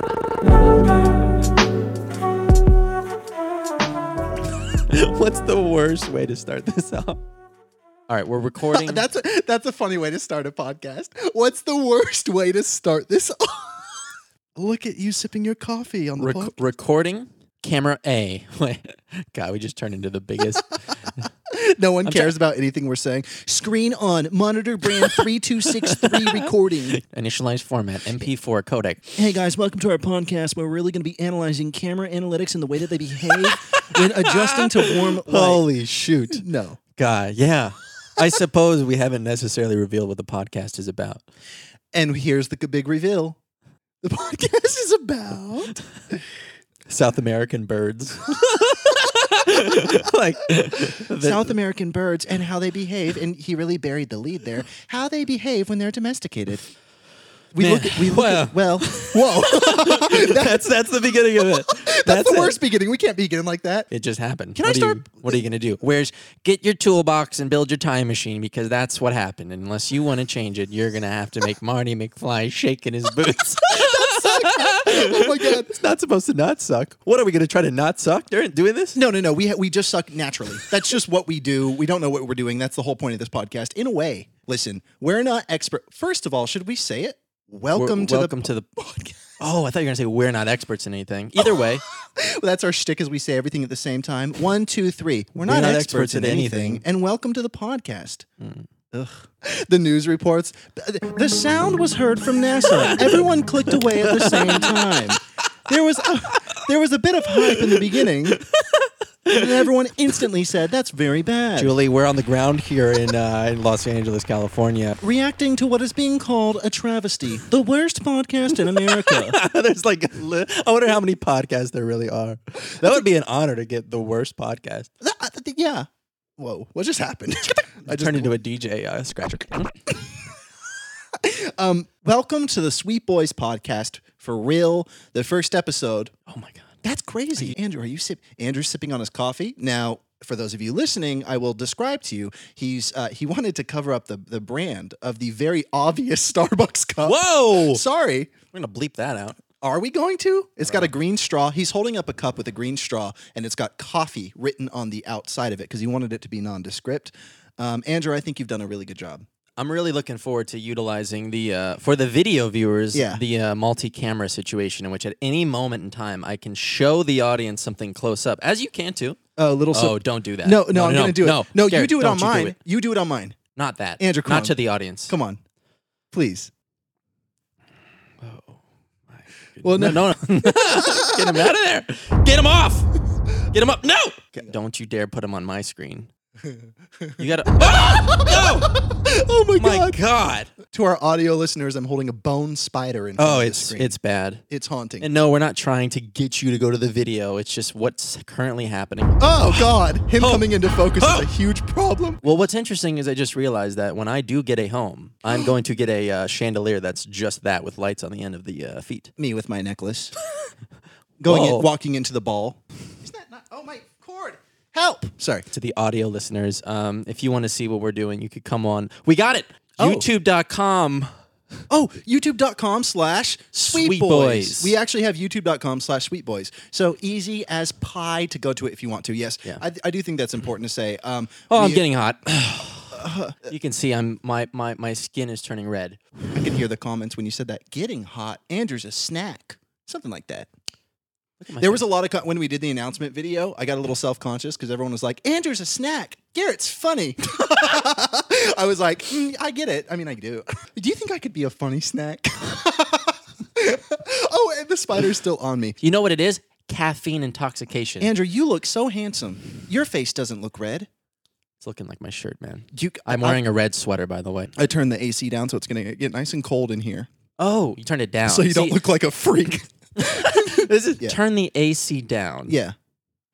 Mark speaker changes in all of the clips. Speaker 1: worst way to start this off.
Speaker 2: All right, we're recording.
Speaker 3: That's a, that's a funny way to start a podcast. What's the worst way to start this? Look at you sipping your coffee on the
Speaker 2: Rec-
Speaker 3: podcast.
Speaker 2: recording. Camera A. Wait, God, we just turned into the biggest.
Speaker 3: No one
Speaker 2: I'm
Speaker 3: cares about anything we're saying. Screen on, monitor brand 3263 recording.
Speaker 2: Initialized format, MP4 codec.
Speaker 3: Hey guys, welcome to our podcast where we're really going to be analyzing camera analytics and the way that they behave when adjusting to warm light.
Speaker 2: Holy shoot.
Speaker 3: No.
Speaker 2: God, yeah. I suppose we haven't necessarily revealed what the podcast is about.
Speaker 3: And here's the big reveal. The podcast is about
Speaker 2: South American birds. like the-
Speaker 3: South American birds and how they behave and he really buried the lead there. How they behave when they're domesticated. We
Speaker 2: Man,
Speaker 3: look at, we look at, well, whoa.
Speaker 2: that's that's the beginning of it. That's,
Speaker 3: That's the
Speaker 2: it.
Speaker 3: worst beginning. We can't begin like that.
Speaker 2: It just happened.
Speaker 3: Can I
Speaker 2: what do
Speaker 3: start-
Speaker 2: You, what are you gonna do? Where's get your toolbox and build your time machine because that's what happened. And unless you want to change it, you're gonna have to make Marty McFly shake in his boots.
Speaker 3: Oh my god.
Speaker 2: it's not supposed to not suck. What are we gonna try to not suck during doing this?
Speaker 3: No, no, no. We ha- we just suck naturally. That's just what we do. We don't know what we're doing. That's the whole point of this podcast. In a way, listen, we're not expert. First of all, should we say it?
Speaker 2: We're-
Speaker 3: Welcome to
Speaker 2: welcome to the
Speaker 3: the podcast.
Speaker 2: Oh, I thought you were gonna say we're not experts in anything. Either way,
Speaker 3: That's our shtick as we say everything at the same time. One, two, three. We're not,
Speaker 2: not
Speaker 3: experts,
Speaker 2: experts
Speaker 3: in
Speaker 2: at
Speaker 3: anything. Hmm.
Speaker 2: anything.
Speaker 3: And welcome to the podcast. Ugh. The news reports. Th- th- The sound was heard from NASA. Everyone clicked away at the same time. There was a, there was a bit of hype in the beginning. And everyone instantly said, that's very bad.
Speaker 2: Julie, we're on the ground here in uh, in Los Angeles, California.
Speaker 3: reacting to what is being called a travesty, the worst podcast in America.
Speaker 2: There's like, li- I wonder how many podcasts there really are. That would be an honor to get the worst podcast.
Speaker 3: Th- I th- yeah. Whoa, what just happened? I just
Speaker 2: Turn into a DJ uh, scratcher.
Speaker 3: um welcome to the Sweet Boys podcast for real, the first episode.
Speaker 2: Oh my god.
Speaker 3: That's crazy. Andrew, are you sip Andrew's sipping on his coffee? Now, for those of you listening, I will describe to you. He's uh, he wanted to cover up the the brand of the very obvious Starbucks cup.
Speaker 2: Whoa!
Speaker 3: Sorry.
Speaker 2: We're gonna bleep that out.
Speaker 3: Are we going to? It's
Speaker 2: Uh.
Speaker 3: got a green straw. He's holding up a cup with a green straw, and it's got coffee written on the outside of it because he wanted it to be nondescript. Um, Andrew, I think you've done a really good job.
Speaker 2: I'm really looking forward to utilizing the uh, for the video viewers
Speaker 3: Yeah.
Speaker 2: the uh, multi-camera situation in which at any moment in time I can show the audience something close up as you can too.
Speaker 3: Oh, little.
Speaker 2: Oh, don't do that.
Speaker 3: no, no, I'm gonna do it.
Speaker 2: No,
Speaker 3: No, you
Speaker 2: Garrett,
Speaker 3: do it on
Speaker 2: don't
Speaker 3: mine.
Speaker 2: You
Speaker 3: You do, it on mine.
Speaker 2: Not that.
Speaker 3: Andrew, come
Speaker 2: not
Speaker 3: on.
Speaker 2: to the audience.
Speaker 3: Come on, please.
Speaker 2: Well, Oh, no, no, no. Get him out of there. Get him off. Get him up. No. Don't you dare put him on my screen. You gotta. Oh,
Speaker 3: Oh my,
Speaker 2: no! My God.
Speaker 3: To our audio listeners, I'm holding a bone spider in. Front
Speaker 2: Oh,
Speaker 3: of the
Speaker 2: it's
Speaker 3: screen.
Speaker 2: it's bad.
Speaker 3: it's haunting.
Speaker 2: And no, we're not trying to get you to go to the video. It's just what's currently happening.
Speaker 3: oh God, him
Speaker 2: Oh.
Speaker 3: coming into focus
Speaker 2: Oh.
Speaker 3: is a huge problem.
Speaker 2: Well, what's interesting is I just realized that when I do get a home, I'm going to get a uh, chandelier that's just that with lights on the end of the uh, feet.
Speaker 3: Me with my necklace, going
Speaker 2: Whoa.
Speaker 3: in, walking into the ball. Is that not? Oh my cord! Help! Sorry.
Speaker 2: to the audio listeners, um, if you want to see what we're doing, you could come on. We got it. YouTube.com.
Speaker 3: Oh, youtube.com slash
Speaker 2: Sweet
Speaker 3: sweet
Speaker 2: Boys.
Speaker 3: boys. We actually have youtube.com slash sweet boys. So easy as pie to go to it if you want to. Yes. I, I do think that's important to say. Um,
Speaker 2: Oh, I'm
Speaker 3: we-
Speaker 2: getting hot. you can see I'm my, my my skin is turning red.
Speaker 3: I can hear the comments when you said that. Getting hot. Andrew's a snack. Something like that.
Speaker 2: Look at my
Speaker 3: There was a lot of, co- when we did the announcement video, I got a little self conscious because everyone was like, Andrew's a snack. Garrett's funny. I was like, "Mm, I get it. I mean, I do. Do you think I could be a funny snack? oh, and the spider's still on me.
Speaker 2: you know what it is? Caffeine intoxication.
Speaker 3: Andrew, you look so handsome. Your face doesn't look red.
Speaker 2: it's looking like my shirt, man.
Speaker 3: You,
Speaker 2: I'm wearing a red sweater, by the way.
Speaker 3: I, I turned the AC down so it's going to get nice and cold in here,
Speaker 2: Oh, you turned it down.
Speaker 3: so you don't
Speaker 2: See,
Speaker 3: look like a freak.
Speaker 2: this is-
Speaker 3: Yeah.
Speaker 2: Turn the AC down.
Speaker 3: yeah.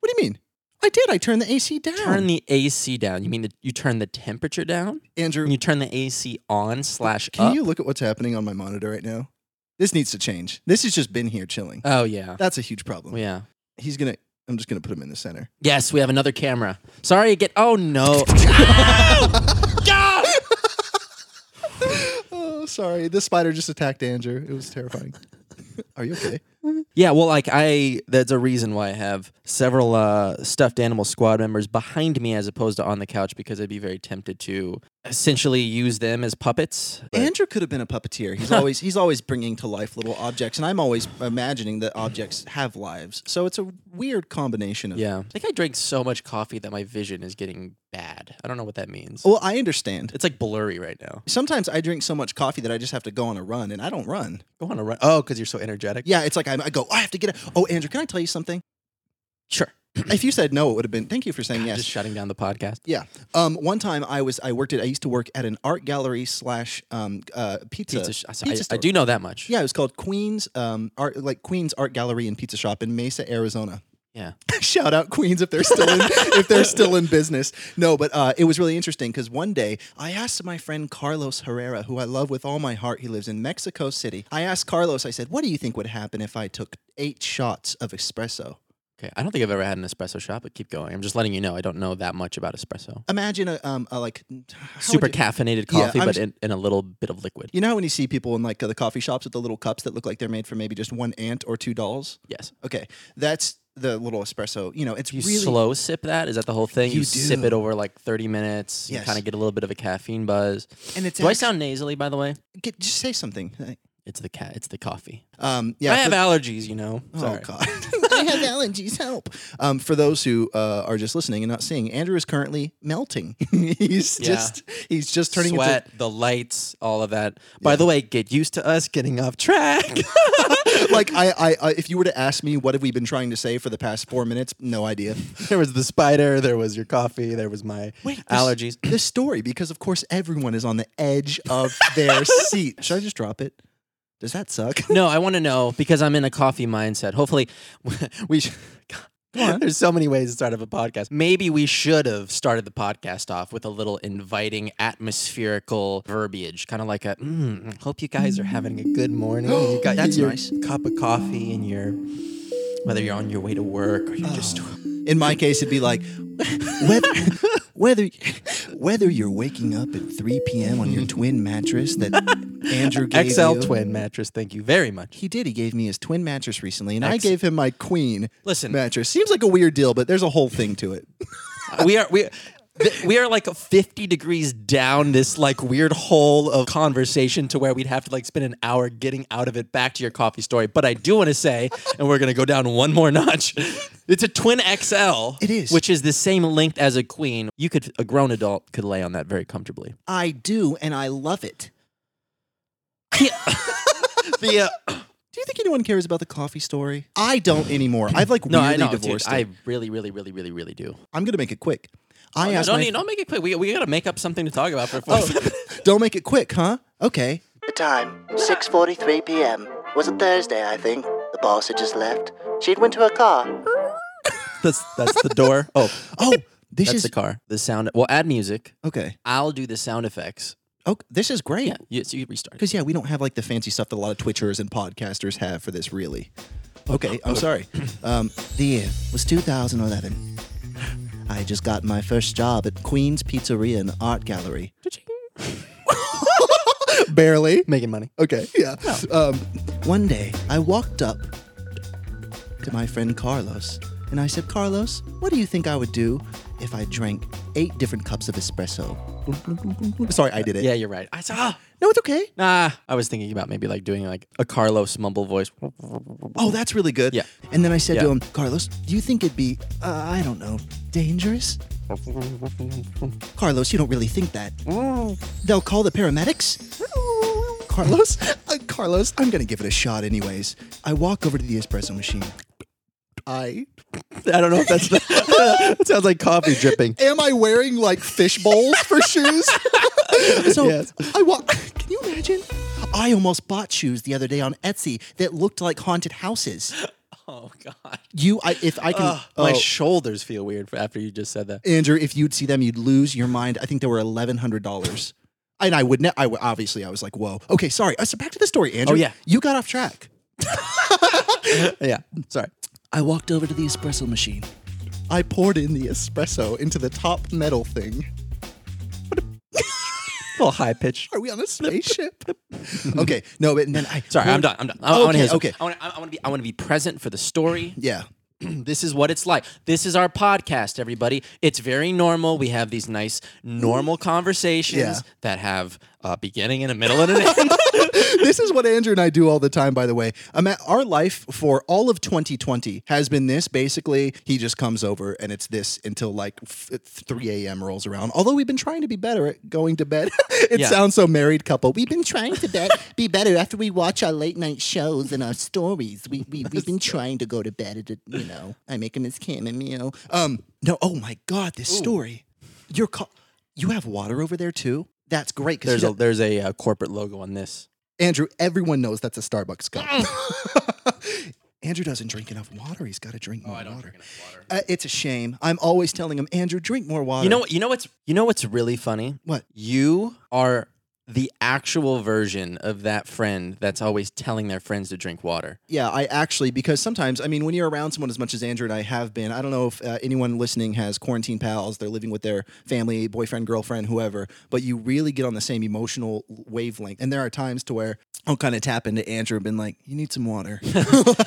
Speaker 3: What do you mean? I did. I turned the AC down.
Speaker 2: Turn the AC down. You mean that you turn the temperature down?
Speaker 3: Andrew,
Speaker 2: And you turn the AC on slash
Speaker 3: can
Speaker 2: up?
Speaker 3: you look at what's happening on my monitor right now? This needs to change. This has just been here chilling.
Speaker 2: oh yeah.
Speaker 3: That's a huge problem.
Speaker 2: Yeah.
Speaker 3: He's gonna. I'm just gonna put him in the center.
Speaker 2: Yes, we have another camera. Sorry, get. Oh no!
Speaker 3: Oh, sorry. This spider just attacked Andrew. It was terrifying. Are you okay?
Speaker 2: Yeah, well, like I, that's a reason why I have several uh, stuffed animal squad members behind me as opposed to on the couch because I'd be very tempted to essentially use them as puppets. But-
Speaker 3: Andrew could have been a puppeteer. He's always he's always bringing to life little objects, and I'm always imagining that objects have lives. So it's a weird combination of.
Speaker 2: yeah, I think I drank so much coffee that my vision is getting bad. I don't know what that means.
Speaker 3: Well, I understand.
Speaker 2: It's like blurry right now.
Speaker 3: Sometimes I drink so much coffee that I just have to go on a run, and I don't run.
Speaker 2: Go on a run. Oh, because you're so energetic.
Speaker 3: Yeah, it's like I'm, I go. I have to get. A, oh, Andrew, can I tell you something?
Speaker 2: sure.
Speaker 3: if you said no, it would have been. Thank you for saying yes.
Speaker 2: Just shutting down the podcast.
Speaker 3: Yeah. Um, one time I was I worked at I used to work at an art gallery slash um, uh, pizza.
Speaker 2: Pizza. Sh- I-
Speaker 3: pizza
Speaker 2: I, I
Speaker 3: store.
Speaker 2: do know that much.
Speaker 3: Yeah, it was called Queens um, Art like Queens Art Gallery and Pizza Shop in Mesa, Arizona.
Speaker 2: Yeah.
Speaker 3: Shout out Queens if they're still in, if they're still in business. No, but uh, it was really interesting because one day I asked my friend Carlos Herrera, who I love with all my heart. He lives in Mexico City. I asked Carlos. I said, "What do you think would happen if I took eight shots of espresso?"
Speaker 2: Okay. I don't think I've ever had an espresso shot, but keep going. I'm just letting you know I don't know that much about espresso.
Speaker 3: Imagine a, um, a like how would
Speaker 2: Super
Speaker 3: you-
Speaker 2: caffeinated
Speaker 3: Yeah,
Speaker 2: coffee,
Speaker 3: I'm
Speaker 2: but
Speaker 3: s-
Speaker 2: in, in a little bit of liquid.
Speaker 3: You know how when you see people in like uh, the coffee shops with the little cups that look like they're made for maybe just one ant or two dolls?
Speaker 2: Yes.
Speaker 3: Okay, that's the little espresso. You know, it's
Speaker 2: You
Speaker 3: really
Speaker 2: slow sip that? Is that the whole thing?
Speaker 3: You
Speaker 2: sip
Speaker 3: do.
Speaker 2: it over like 30 minutes. You
Speaker 3: Yes.
Speaker 2: kind of get a little bit of a caffeine buzz.
Speaker 3: and it's.
Speaker 2: Do I
Speaker 3: act-
Speaker 2: sound nasally, by the way?
Speaker 3: Get, just say something.
Speaker 2: It's the cat. It's the coffee.
Speaker 3: Um, yeah.
Speaker 2: I
Speaker 3: for-
Speaker 2: have allergies, you know.
Speaker 3: Oh
Speaker 2: Sorry.
Speaker 3: God! I have allergies. Help! Um, for those who uh, are just listening and not seeing, Andrew is currently melting. he's
Speaker 2: Yeah.
Speaker 3: just he's just turning
Speaker 2: Sweat, the lights, all of that. By the way, get used to us getting off track.
Speaker 3: into like I, I I if you were to ask me what have we been trying to say for the past four minutes, no idea.
Speaker 2: there was the spider. There was your coffee. There was my
Speaker 3: Wait, this-
Speaker 2: allergies.
Speaker 3: this story because of course everyone is on the edge of their seat. Should I just drop it? Does that suck?
Speaker 2: No, I want to know because I'm in a coffee mindset. Hopefully, we. Should,
Speaker 3: on.
Speaker 2: There's so many ways to start up a podcast. Maybe we should have started the podcast off with a little inviting, atmospherical verbiage, kind of like a mm, "Hope you guys are having a good morning." and you got
Speaker 3: That's
Speaker 2: your
Speaker 3: nice.
Speaker 2: cup of coffee, and your whether you're on your way to work or you're just
Speaker 3: In my case, it'd be like whether whether whether you're waking up at 3 p.m. on your twin mattress that Andrew gave
Speaker 2: XL
Speaker 3: you.
Speaker 2: twin mattress. Thank you very much.
Speaker 3: He did. He gave me his twin mattress recently, and I
Speaker 2: Ex-
Speaker 3: gave him my queen
Speaker 2: Listen.
Speaker 3: mattress. Seems like a weird deal, but there's a whole thing to it.
Speaker 2: Uh, we are we. th- We are like 50 degrees down this like weird hole of conversation to where we'd have to like spend an hour getting out of it back to your coffee story. But I do want to say, and we're gonna go down one more notch. It's a twin XL.
Speaker 3: It is.
Speaker 2: which is the same length as a queen. You could a grown adult could lay on that very comfortably.
Speaker 3: I do, and I love it.
Speaker 2: The uh,
Speaker 3: Do you think anyone cares about the coffee story? I don't anymore. I've like
Speaker 2: no,
Speaker 3: really
Speaker 2: I know, dude.
Speaker 3: divorced
Speaker 2: I
Speaker 3: it.
Speaker 2: really, really, really, really, really do.
Speaker 3: I, am gonna make it quick. I
Speaker 2: No,
Speaker 3: asked
Speaker 2: Oh, don't,
Speaker 3: my
Speaker 2: need- don't make it quick. We, we gotta make up something to talk about for.
Speaker 3: Oh, don't make it quick, huh? Okay.
Speaker 4: The time, 6:43 p.m. was a Thursday, I think. The boss had just left. She'd went to her car.
Speaker 2: that's that's the door. Oh,
Speaker 3: Oh, this
Speaker 2: that's
Speaker 3: is
Speaker 2: the car. The sound. Well, add music.
Speaker 3: okay.
Speaker 2: I'll do the sound effects.
Speaker 3: Oh, this is great.
Speaker 2: Yeah, you, so you restart.
Speaker 3: Because yeah, we don't have like the fancy stuff that a lot of Twitchers and podcasters have for this, really. Okay, I'm sorry.
Speaker 4: Um, the year was 2011. I just got my first job at Queen's Pizzeria and Art Gallery.
Speaker 3: Barely.
Speaker 2: Making money.
Speaker 3: Okay, yeah. Um,
Speaker 4: One day, I walked up to my friend Carlos and I said, Carlos, what do you think I would do if I drank eight different cups of espresso?
Speaker 3: sorry, I did it.
Speaker 2: Yeah, you're right. I saw.
Speaker 3: No, it's okay.
Speaker 2: Nah, I was thinking about maybe like doing like a Carlos mumble voice.
Speaker 3: Oh, that's really good.
Speaker 2: Yeah.
Speaker 4: And then I said to
Speaker 2: Yeah.
Speaker 4: him, Carlos, do you think it'd be, uh, I don't know, dangerous? Carlos, you don't really think that. They'll call the paramedics?
Speaker 3: Carlos, uh, Carlos, I'm gonna give it a shot anyways.
Speaker 4: I walk over to the espresso machine.
Speaker 3: I
Speaker 2: I don't know if that's. The, that sounds like coffee dripping.
Speaker 3: am I wearing like fish bowls for shoes?
Speaker 4: So
Speaker 3: Yes.
Speaker 4: I walk. Can you imagine? I almost bought shoes the other day on Etsy that looked like haunted houses.
Speaker 2: Oh God.
Speaker 4: You, I, if I can,
Speaker 2: My
Speaker 4: oh,
Speaker 2: shoulders feel weird for after you just said that.
Speaker 3: Andrew, if you'd see them, you'd lose your mind. I think they were eleven hundred dollars, and I would. Ne- I w- obviously I was like, whoa. Okay, sorry. Uh, so back to the story, Andrew.
Speaker 2: Oh, yeah.
Speaker 3: you got off track.
Speaker 2: Yeah. Sorry.
Speaker 4: I walked over to the espresso machine.
Speaker 3: I poured in the espresso into the top metal thing.
Speaker 2: little high pitch.
Speaker 3: Are we on a spaceship? okay, no, but and then I
Speaker 2: Sorry, I'm
Speaker 3: heard-
Speaker 2: done. I'm done. I, I wanna
Speaker 3: Okay,
Speaker 2: hear some-
Speaker 3: okay.
Speaker 2: I want, I, I want to be. I want to be present for the story.
Speaker 3: Yeah,
Speaker 2: this is what it's like. This is our podcast, everybody. It's very normal. We have these nice, normal conversations
Speaker 3: Yeah.
Speaker 2: that have a beginning and a middle and an end.
Speaker 3: this is what Andrew and I do all the time. By the way, Um, our life for all of 2020 has been this. Basically, he just comes over and it's this until like f- 3 a.m. rolls around. Although we've been trying to be better at going to bed. it
Speaker 2: Yeah.
Speaker 3: sounds so married couple. We've been trying to be- be better after we watch our late night shows and our stories. We we we've been trying to go to bed at a, you know. I make him his chamomile. Um, no. Oh my God, this story. Your co- You have water over there too. That's great. 'cause
Speaker 2: there's
Speaker 3: you
Speaker 2: a there's a uh, corporate logo on this.
Speaker 3: Andrew, everyone knows that's a Starbucks cup.
Speaker 2: Mm.
Speaker 3: Andrew doesn't drink enough water. He's got to drink more water. Uh, it's a shame. I'm always telling him, Andrew, drink more water.
Speaker 2: You know what? You know what's you know what's really funny?
Speaker 3: What?
Speaker 2: You are the actual version of that friend that's always telling their friends to drink water.
Speaker 3: Yeah, I actually because sometimes I mean when you're around someone as much as Andrew and I have been, I don't know if uh, anyone listening has quarantine pals. They're living with their family, boyfriend, girlfriend, whoever. But you really get on the same emotional wavelength, and there are times to where I'll kind of tap into Andrew and been like, "You need some water."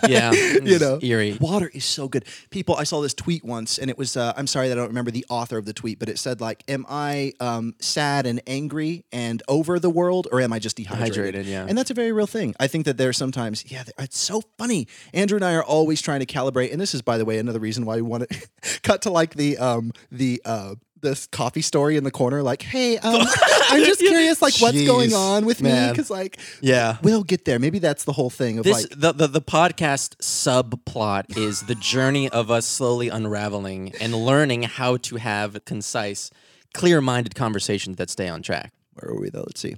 Speaker 2: Yeah,
Speaker 3: you
Speaker 2: it's
Speaker 3: know
Speaker 2: eerie.
Speaker 3: water is so good people i saw this tweet once and it was uh, i'm sorry that i don't remember the author of the tweet but it said like am i um, sad and angry and over the world or am i just dehydrated
Speaker 2: Hydrated, yeah.
Speaker 3: and that's a very real thing i think that there's sometimes yeah th- it's so funny andrew and i are always trying to calibrate and this is by the way another reason why we want to cut to like the um the uh this coffee story in the corner, like, hey, um, I'm just curious, like, what's going
Speaker 2: Jeez,
Speaker 3: on with me?
Speaker 2: man.
Speaker 3: Because, like,
Speaker 2: Yeah.
Speaker 3: we'll get there. Maybe that's the whole thing of
Speaker 2: This
Speaker 3: like,
Speaker 2: the, the the podcast subplot is the journey of us slowly unraveling and learning how to have concise, clear-minded conversations that stay on track.
Speaker 3: Where were we though? Let's see.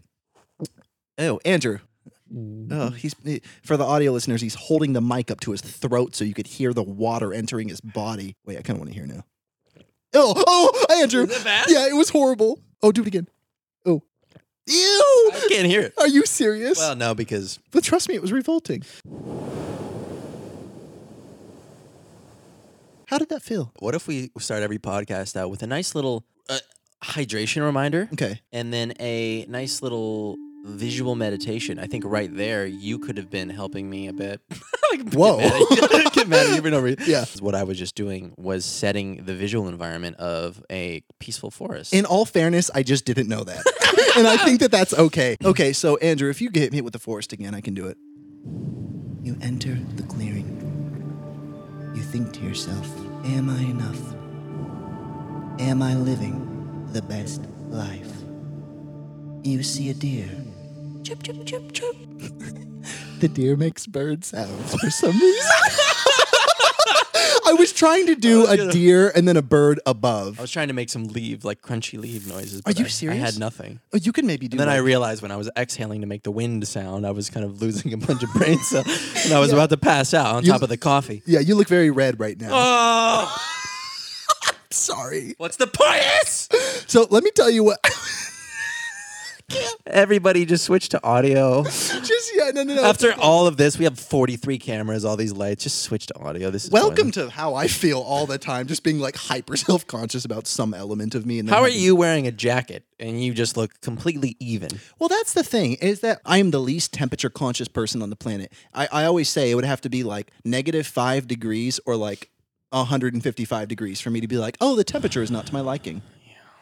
Speaker 3: Oh, Andrew. Oh, he's he- for the audio listeners. He's holding the mic up to his throat so you could hear the water entering his body. Wait, I kind of want to hear now. Oh, oh, Andrew.
Speaker 2: Is it bad?
Speaker 3: Yeah, it was horrible. Oh, do it again. Oh, ew.
Speaker 2: I can't hear it.
Speaker 3: Are you serious?
Speaker 2: Well, no, because
Speaker 3: but trust me, it was revolting. How did that feel?
Speaker 2: what if we start every podcast out with a nice little uh, hydration reminder
Speaker 3: Okay.
Speaker 2: and then a nice little visual meditation? I think right there you could have been helping me a bit. like, Get
Speaker 3: Whoa.
Speaker 2: mad, at you. Get mad at you for no reason.
Speaker 3: Yeah.
Speaker 2: What I was just doing was setting the visual environment of a peaceful forest.
Speaker 3: In all fairness, I just didn't know that. and I think that that's okay. Okay, so Andrew, if you get hit with the forest again, I can do it. You enter the clearing. You think to yourself, Am I enough? Am I living the best life? You see a deer. Chirp, chirp, chirp, chirp. the deer makes bird sounds for some reason. I was trying to do a deer and then a bird above.
Speaker 2: Oh, I was trying to make some leave, like crunchy leave noises. but
Speaker 3: you
Speaker 2: I- I
Speaker 3: serious?
Speaker 2: had nothing.
Speaker 3: Oh, you can maybe do
Speaker 2: Then I
Speaker 3: that.
Speaker 2: realized when I was exhaling to make the wind sound, I was kind of losing a bunch of brain cells, and I was about to pass out on top of the coffee.
Speaker 3: yeah, you look very red right now.
Speaker 2: Oh,
Speaker 3: Sorry.
Speaker 2: what's the point?
Speaker 3: So let me tell you what.
Speaker 2: Everybody just switched to audio.
Speaker 3: just yeah, no, no, no.
Speaker 2: After all of this, we have 43 cameras, all these lights. Just switch to audio. This is
Speaker 3: Welcome
Speaker 2: boring.
Speaker 3: to how I feel all the time, just being like hyper self conscious about some element of me. And then
Speaker 2: How are
Speaker 3: having-
Speaker 2: you wearing a jacket and you just look completely even?
Speaker 3: Well, that's the thing is that I am the least temperature conscious person on the planet. I, I always say it would have to be like negative five degrees or like 155 degrees for me to be like, oh, the temperature is not to my liking.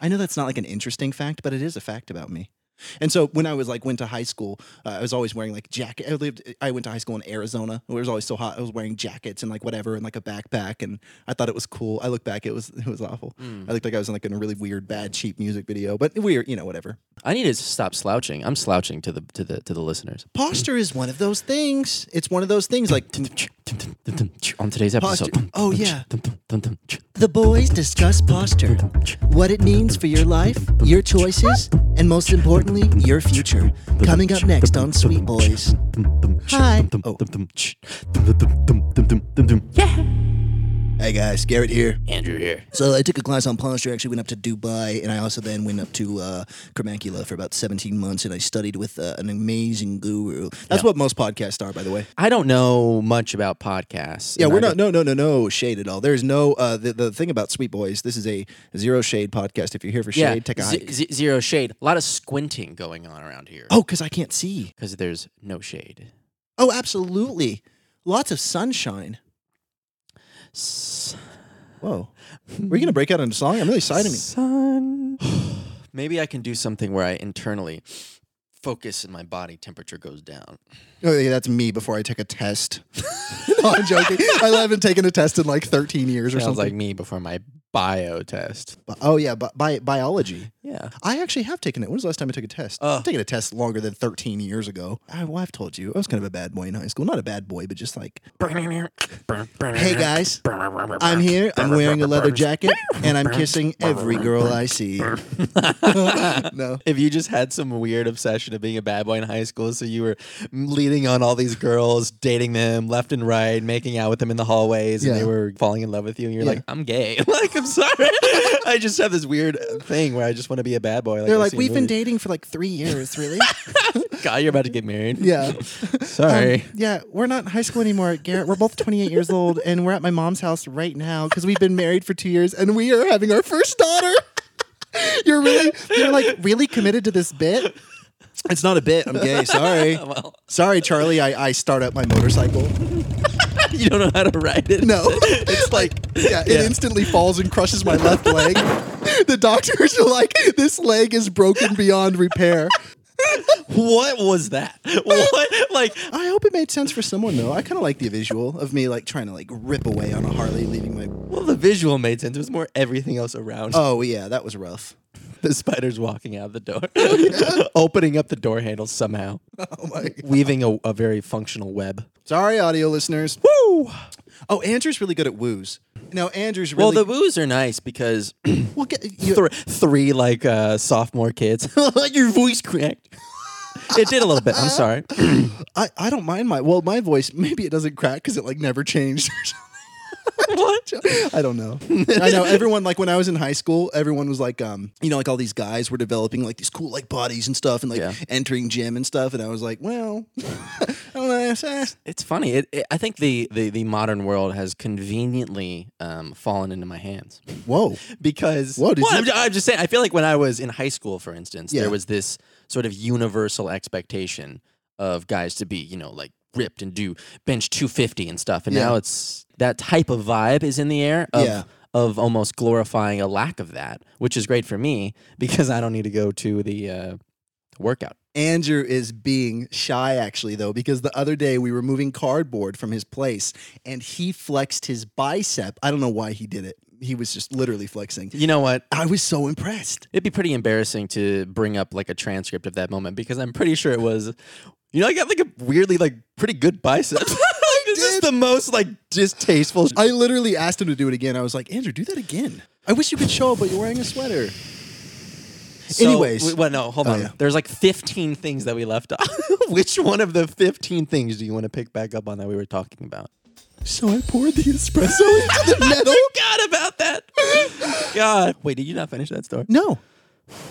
Speaker 3: I know that's not like an interesting fact, but it is a fact about me. And so when I was like went to high school, uh, I was always wearing like jacket. I lived. I went to high school in Arizona. It was always so hot. I was wearing jackets and like whatever and like a backpack, and I thought it was cool. I look back, it was it was awful. I looked like I was in like in a really weird, bad, cheap music video, but weird, you know, whatever.
Speaker 2: I need to stop slouching. I'm slouching to the to the to the listeners.
Speaker 3: posture is one of those things. It's one of those things like
Speaker 2: On today's episode.
Speaker 3: Posture. Oh, yeah. the boys discuss posture, what it means for your life, your choices, and most importantly, your future. Coming up next on Sweet Boys. Hi. Oh. Hey guys, Garrett here.
Speaker 2: Andrew here.
Speaker 3: So I took a class on palmistry. Actually, went up to Dubai, and I also then went up to uh, Carmacula for about 17 months, and I studied with uh, an amazing guru. That's what most podcasts are, by the way.
Speaker 2: I don't know much about podcasts.
Speaker 3: Yeah,
Speaker 2: and
Speaker 3: we're
Speaker 2: I
Speaker 3: not no no no no shade at all. There's no uh, the the thing about Sweet Boys. This is a zero shade podcast. If you're here for shade,
Speaker 2: Yeah,
Speaker 3: take a
Speaker 2: z-
Speaker 3: hike.
Speaker 2: z- zero shade. A lot of squinting going on around here
Speaker 3: oh, because I can't see.
Speaker 2: because there's no shade.
Speaker 3: Oh, absolutely. Lots of sunshine.
Speaker 2: S-
Speaker 3: Whoa. Were you gonna break out into song? I'm really excited.
Speaker 2: Sun. Maybe I can do something where I internally focus and my body temperature goes down.
Speaker 3: Oh, yeah, that's me before I take a test. no, I'm joking. I haven't taken a test in like 13 years or
Speaker 2: Sounds like
Speaker 3: something.
Speaker 2: me before my bio test.
Speaker 3: Bi- oh yeah, bi- bi- biology.
Speaker 2: Yeah.
Speaker 3: I actually have taken it. When was the last time I took a test?
Speaker 2: Uh.
Speaker 3: I've taken a test longer than 13 years ago. I, well, I've told you, I was kind of a bad boy in high school. Not a bad boy, but just like, hey guys, I'm here. I'm wearing a leather jacket and I'm kissing every girl I see. no.
Speaker 2: If you just had some weird obsession of being a bad boy in high school, so you were leading on all these girls, dating them left and right, making out with them in the hallways, and
Speaker 3: Yeah.
Speaker 2: they were falling in love with you, and you're
Speaker 3: Yeah.
Speaker 2: like, I'm gay. like, I'm sorry. I just have this weird thing where I just want to be a bad boy. Like,
Speaker 3: They're
Speaker 2: I
Speaker 3: like,
Speaker 2: see
Speaker 3: we've been
Speaker 2: movies."
Speaker 3: dating for like three years, really?
Speaker 2: God, you're about to get married.
Speaker 3: yeah.
Speaker 2: Sorry.
Speaker 3: Um, yeah, we're not in high school anymore, Garrett. We're both 28 years old, and we're at my mom's house right now because we've been married for two years, and we are having our first daughter. you're really, you're like really committed to this bit. It's not a bit. I'm gay. Sorry,
Speaker 2: Well.
Speaker 3: sorry, Charlie. I, I start up my motorcycle.
Speaker 2: you don't know how to ride it.
Speaker 3: No, it's like yeah, it
Speaker 2: Yeah.
Speaker 3: instantly falls and crushes my left leg. The doctors are like, this leg is broken beyond repair.
Speaker 2: What was that? What? Like,
Speaker 3: I hope it made sense for someone though. I kind of like the visual of me like trying to like rip away on a Harley, leaving my
Speaker 2: well, the visual made sense. It was more everything else around.
Speaker 3: Oh yeah, that was rough.
Speaker 2: The spider's walking out the door, opening up the door handle somehow,
Speaker 3: Oh my.
Speaker 2: weaving a, a very functional web.
Speaker 3: Sorry, audio listeners.
Speaker 2: Woo!
Speaker 3: Oh, Andrew's really good at woos. No, Andrew's
Speaker 2: Well, the
Speaker 3: really.
Speaker 2: woos are nice because
Speaker 3: we'll get you,
Speaker 2: thr three like uh, sophomore kids. Your voice cracked. it did a little bit. I'm sorry.
Speaker 3: I I don't mind my well my voice. Maybe it doesn't crack because it like never changed.
Speaker 2: what?
Speaker 3: I don't know. I know everyone like when I was in high school, everyone was like, um, you know, like all these guys were developing like these cool like bodies and stuff, and like
Speaker 2: Yeah.
Speaker 3: entering gym and stuff, and I was like, well, I don't know. it's, eh.
Speaker 2: It's funny. It, it, I think the, the, the modern world has conveniently um, fallen into my hands.
Speaker 3: Whoa.
Speaker 2: because
Speaker 3: Whoa, did
Speaker 2: Well,
Speaker 3: you-
Speaker 2: I'm, ju- I'm just saying. I feel like when I was in high school, for instance,
Speaker 3: Yeah.
Speaker 2: there was this sort of universal expectation of guys to be, you know, like ripped and do bench 250 and stuff. And
Speaker 3: Yeah.
Speaker 2: now it's that type of vibe is in the air of
Speaker 3: Yeah.
Speaker 2: of almost glorifying a lack of that, which is great for me because I don't need to go to the uh, workout.
Speaker 3: Andrew is being shy actually though because the other day we were moving cardboard from his place and he flexed his bicep. I don't know why he did it. He was just literally flexing.
Speaker 2: You know what?
Speaker 3: I was so impressed.
Speaker 2: It'd be pretty embarrassing to bring up like a transcript of that moment because I'm pretty sure it was, you know, I got like a weirdly like pretty good bicep. this is the most like distasteful. sh-
Speaker 3: I literally asked him to do it again. I was like, "Andrew, do that again." I wish you could show up, but you're wearing a sweater.
Speaker 2: So,
Speaker 3: Anyways.
Speaker 2: w- well, no, hold
Speaker 3: Oh,
Speaker 2: on.
Speaker 3: yeah.
Speaker 2: There's like 15 things that we left off. Which one of the 15 things do you want to pick back up on that we were talking about?
Speaker 3: So I poured the espresso into the metal.
Speaker 2: Forgot about that. God, wait, did you not finish that story?
Speaker 3: No,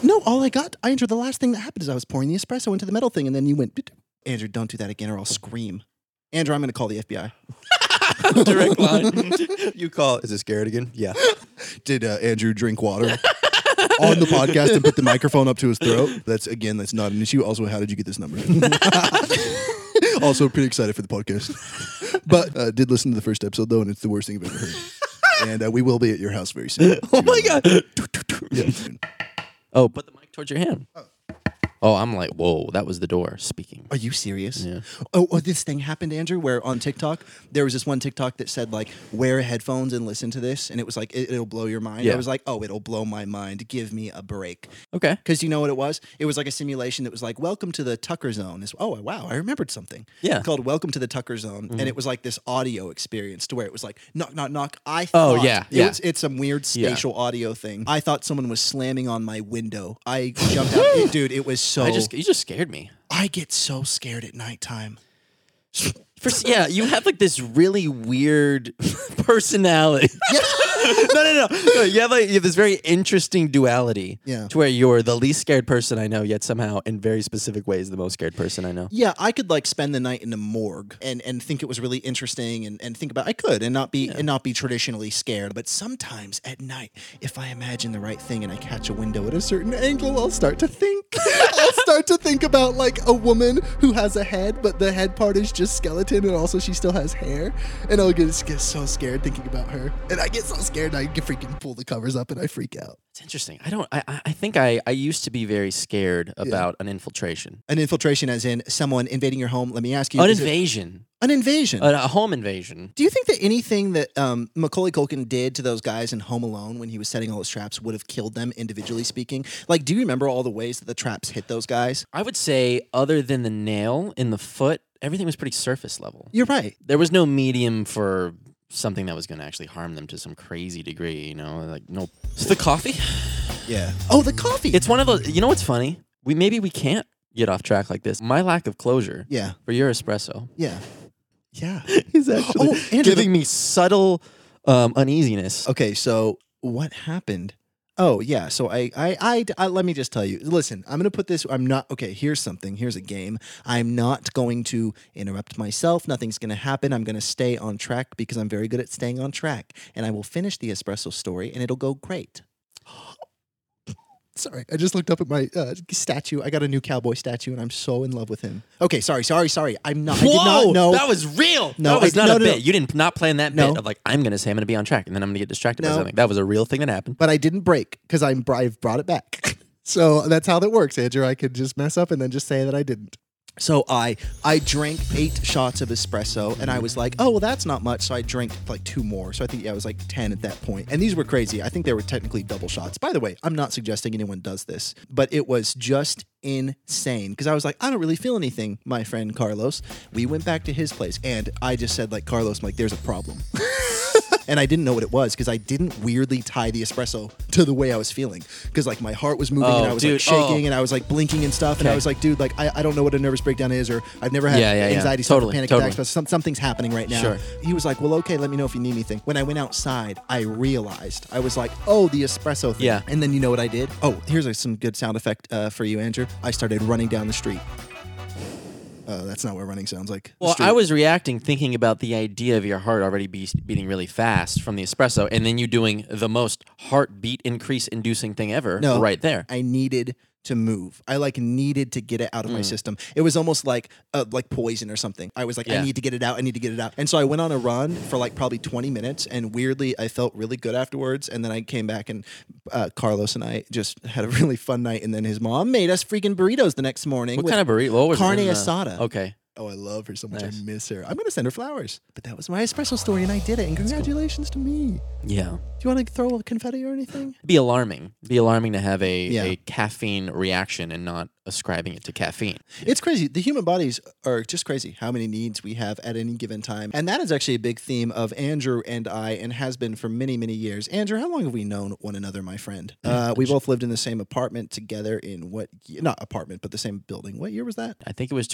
Speaker 3: no. All I got, Andrew. The last thing that happened is I was pouring the espresso into the metal thing, and then you went, "Bit." "Andrew, don't do that again, or I'll scream." Andrew, I'm going to call the FBI.
Speaker 2: Direct line. you call. Is this Garrett again? Yeah.
Speaker 3: Did uh, Andrew drink water on the podcast and put the microphone up to his throat? That's again, that's not an issue. Also, how did you get this number? also, pretty excited for the podcast, but uh, did listen to the first episode though, and it's the worst thing I've ever heard. And uh, we will be at your house very soon.
Speaker 2: Oh my God.
Speaker 3: Yeah.
Speaker 2: Oh, put the mic towards your hand. Oh, I'm like, whoa, that was the door speaking.
Speaker 3: Are you serious? Oh, oh, this thing happened, Andrew, where on TikTok, there was this one TikTok that said, like, wear headphones and listen to this. And it was like, it, will blow your mind.
Speaker 2: Yeah.
Speaker 3: I was like, oh, it'll blow my mind. Give me a break.
Speaker 2: Okay.
Speaker 3: Because you know what it was? It was like a simulation that was like, welcome to the Tucker Zone. It's, oh, wow, I remembered something.
Speaker 2: Yeah. Mm-hmm.
Speaker 3: Called Welcome to the Tucker Zone. And it was like this audio experience to where it was like, knock, knock, knock. I
Speaker 2: Oh,
Speaker 3: thought-
Speaker 2: yeah,
Speaker 3: it
Speaker 2: yeah.
Speaker 3: was- it's some weird
Speaker 2: Yeah.
Speaker 3: spatial audio thing. I thought someone was slamming on my window. I jumped out.
Speaker 2: Oh.
Speaker 3: It- dude, it was so.
Speaker 2: I just you just scared me.
Speaker 3: I get so scared at nighttime.
Speaker 2: First, yeah, you have like this really weird personality. no, no, no, no. You have like you have this very interesting duality.
Speaker 3: Yeah.
Speaker 2: To where you're the least scared person I know, yet somehow, in very specific ways, the most scared person I know.
Speaker 3: Yeah, I could like spend the night in a morgue and, and think it was really interesting and, and think about I could and not be and not be traditionally scared. But sometimes at night, if I imagine the right thing and I catch a window at a certain angle, I'll start to think. I'll start to think about like a woman who has a head, but the head part is just skeleton and also she still has hair. And I'll get, just get so scared thinking about her. And I get so scared I get freaking pull the covers up and I freak out.
Speaker 2: It's interesting. I don't. I. I I think I. I used to be very scared about an infiltration,
Speaker 3: An infiltration as in someone invading your home. Let me ask you
Speaker 2: an Uh,
Speaker 3: is it-
Speaker 2: invasion,
Speaker 3: an invasion.
Speaker 2: a, a home invasion.
Speaker 3: Do you think that anything that um, Macaulay Culkin did to those guys in Home Alone when he was setting all his traps would have killed them individually speaking? Like, do you remember all the ways that the traps hit those guys?
Speaker 2: I would say, other than the nail in the foot, everything was pretty surface level.
Speaker 3: You're right.
Speaker 2: there was no medium for something that was going to actually harm them to some crazy degree you know like no it's the coffee
Speaker 3: Yeah. Oh, the coffee.
Speaker 2: it's one of those you know what's funny we maybe we can't get off track like this my lack of closure
Speaker 3: yeah.
Speaker 2: for your espresso
Speaker 3: Yeah. Yeah.
Speaker 2: is actually
Speaker 3: Oh, Andrew,
Speaker 2: giving me subtle um, uneasiness
Speaker 3: Okay, so what happened? Oh yeah, so I, I, I, I, let me just tell you. Listen, I'm gonna put this. I'm not okay. Here's something. Here's a game. I'm not going to interrupt myself. Nothing's gonna happen. I'm gonna stay on track because I'm very good at staying on track, and I will finish the espresso story, and it'll go great. Sorry, I just looked up at my uh, statue. I got a new cowboy statue, and I'm so in love with him. Okay, sorry, sorry, sorry. I'm not. I did
Speaker 2: Whoa,
Speaker 3: not know.
Speaker 2: that was real.
Speaker 3: No,
Speaker 2: that
Speaker 3: I
Speaker 2: was
Speaker 3: did-
Speaker 2: not
Speaker 3: no,
Speaker 2: a
Speaker 3: no,
Speaker 2: bit.
Speaker 3: no.
Speaker 2: You didn't not plan that
Speaker 3: No.
Speaker 2: bit of like I'm gonna say I'm gonna be on track and then I'm gonna get distracted by
Speaker 3: No.
Speaker 2: something. That was a real thing that happened.
Speaker 3: but I didn't break because I'm br- I've brought it back.
Speaker 5: So that's how that works, Andrew. I could just mess up and then just say that I didn't.
Speaker 3: So I I drank eight shots of espresso and I was like, oh well that's not much. So I drank like two more. So I think yeah, I was like ten at that point. And these were crazy. I think they were technically double shots. By the way, I'm not suggesting anyone does this, but it was just insane because I was like, I don't really feel anything. My friend Carlos, we went back to his place and I just said like Carlos, I'm like there's a problem. and I didn't know what it was because I didn't weirdly tie the espresso to the way I was feeling because like my heart was moving and
Speaker 2: Oh,
Speaker 3: I was
Speaker 2: dude,
Speaker 3: like shaking
Speaker 2: oh.
Speaker 3: and I was like blinking and stuff and I
Speaker 2: Okay.
Speaker 3: was like, dude, like I, I don't know what a nervous breakdown is or I've never had
Speaker 2: Yeah, yeah, yeah.
Speaker 3: anxiety, stuff, or
Speaker 2: Totally,
Speaker 3: panic
Speaker 2: totally.
Speaker 3: attacks, but some, something's happening right now.
Speaker 2: Sure.
Speaker 3: He was like, well, okay, let me know if you need anything. When I went outside, I realized I was like, oh, the espresso thing.
Speaker 2: Yeah.
Speaker 3: And then you know what I did? Oh, here's like some good sound effect uh, for you, Andrew. I started running down the street. Uh, that's not what running sounds like. The
Speaker 2: Well,
Speaker 3: street.
Speaker 2: I was reacting thinking about the idea of your heart already be- beating really fast from the espresso, and then you doing the most heartbeat increase inducing thing ever
Speaker 3: No.
Speaker 2: right there.
Speaker 3: I needed to move. I like needed to get it out of
Speaker 2: Mm.
Speaker 3: my system. It was almost like uh, like poison or something. I was like,
Speaker 2: Yeah.
Speaker 3: I need to get it out. I need to get it out. And so I went on a run for like probably 20 minutes, and weirdly, I felt really good afterwards. And then I came back, and uh, Carlos and I just had a really fun night. And then his mom made us freaking burritos the next morning.
Speaker 2: What
Speaker 3: with-
Speaker 2: kind of burrito? What was it?
Speaker 3: carne
Speaker 2: In the-
Speaker 3: asada.
Speaker 2: Okay.
Speaker 3: oh, I love her so much.
Speaker 2: Nice.
Speaker 3: I miss her. I'm gonna send her flowers. But that was my espresso story, and I did it. And congratulations to me.
Speaker 2: Yeah.
Speaker 3: Do you want to throw a confetti or anything?
Speaker 2: Be alarming. Be alarming to have a,
Speaker 3: Yeah.
Speaker 2: a caffeine reaction and not ascribing it to caffeine.
Speaker 3: It's crazy. The human bodies are just crazy how many needs we have at any given time. And that is actually a big theme of Andrew and I and has been for many, many years. Andrew, how long have we known one another, my friend? Uh, we both lived in the same apartment together in what, ye- not apartment, but the same building. What year was that?
Speaker 2: I think it was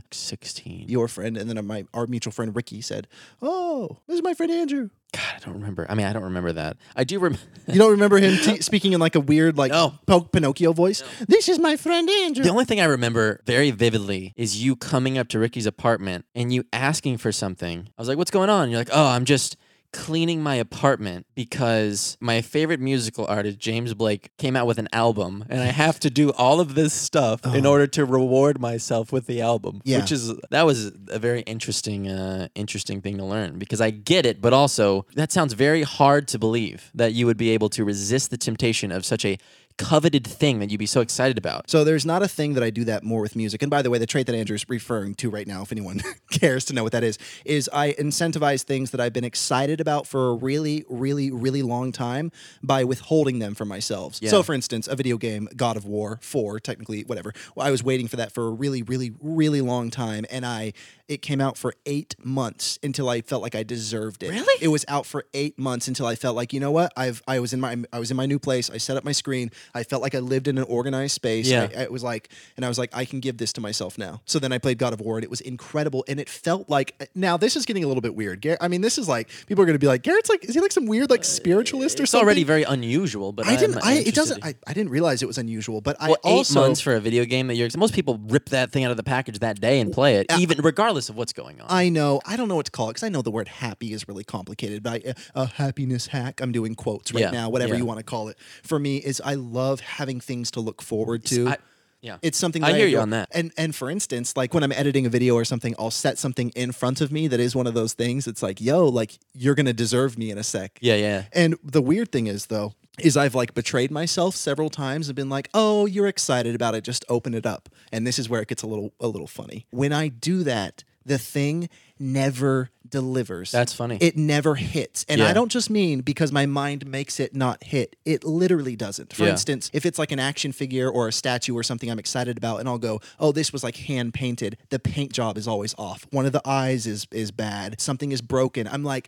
Speaker 2: 2016.
Speaker 3: Your friend. And then my, our mutual friend Ricky said, Oh, this is my friend Andrew.
Speaker 2: God, I don't remember. I mean, I don't remember that. I do remember.
Speaker 3: You don't remember him t- speaking in like a weird, like
Speaker 2: No.
Speaker 3: Pin- Pinocchio voice? This is my friend Andrew.
Speaker 2: The only thing I remember very vividly is you coming up to Ricky's apartment and you asking for something. I was like, "What's going on?" You're like, "Oh, I'm just cleaning my apartment because my favorite musical artist James Blake came out with an album and I have to do all of this stuff in order to reward myself with the album."
Speaker 3: Oh. Yeah.
Speaker 2: Which is that was a very interesting uh interesting thing to learn because I get it, but also that sounds very hard to believe that you would be able to resist the temptation of such a coveted thing that you'd be so excited about.
Speaker 3: So there's not a thing that I do that more with music. And by the way, the trait that Andrew's referring to right now, if anyone cares to know what that is, is I incentivize things that I've been excited about for a really, really, really long time by withholding them for myself. So for instance, a video game, God of War 4, technically, whatever. Well, I was waiting for that for a really, really, really long time. And I it came out for eight months until I felt like I deserved it. Really? It was out for eight months until I felt like, you know what? I've I was in my I was in my new place. I set up my screen. I felt like I lived in an organized space.
Speaker 2: Yeah.
Speaker 3: I, I- it was like, and I was like, I can give this to myself now. So then I played God of War, and it was incredible. And it felt like uh, now this is getting a little bit weird. Gar- I mean, this is like people are going to be like, Garrett's like, is he like some weird like spiritualist or
Speaker 2: Uh, It's
Speaker 3: something?
Speaker 2: already very unusual, but
Speaker 3: I
Speaker 2: I'm
Speaker 3: didn't. I, it
Speaker 2: interested.
Speaker 3: doesn't. I, I didn't realize it was unusual, but
Speaker 2: Well,
Speaker 3: I also
Speaker 2: eight months for a video game that you're. Most people rip that thing out of the package that day and play it, even regardless of what's going on.
Speaker 3: I know. I don't know what to call it because I know the word happy is really complicated. But I, uh, a happiness hack. I'm doing quotes right
Speaker 2: Yeah,
Speaker 3: now. Whatever
Speaker 2: yeah.
Speaker 3: you want to call it. For me, is I love having things to look forward to.
Speaker 2: I- yeah.
Speaker 3: It's something
Speaker 2: I
Speaker 3: that I
Speaker 2: hear you
Speaker 3: adore.
Speaker 2: on that.
Speaker 3: And and for instance, like when I'm editing a video or something, I'll set something in front of me that is one of those things. It's like, yo, like you're gonna deserve me in a sec.
Speaker 2: yeah, yeah.
Speaker 3: And the weird thing is though, is I've like betrayed myself several times and been like, "Oh, you're excited about it, just open it up." And this is where it gets a little a little funny. When I do that, the thing never delivers.
Speaker 2: That's funny.
Speaker 3: It never hits. And
Speaker 2: Yeah.
Speaker 3: I don't just mean because my mind makes it not hit. It literally doesn't. For
Speaker 2: Yeah.
Speaker 3: instance, if it's like an action figure or a statue or something I'm excited about and I'll go, "Oh, this was like hand painted." The paint job is always off. One of the eyes is is bad. Something is broken. I'm like,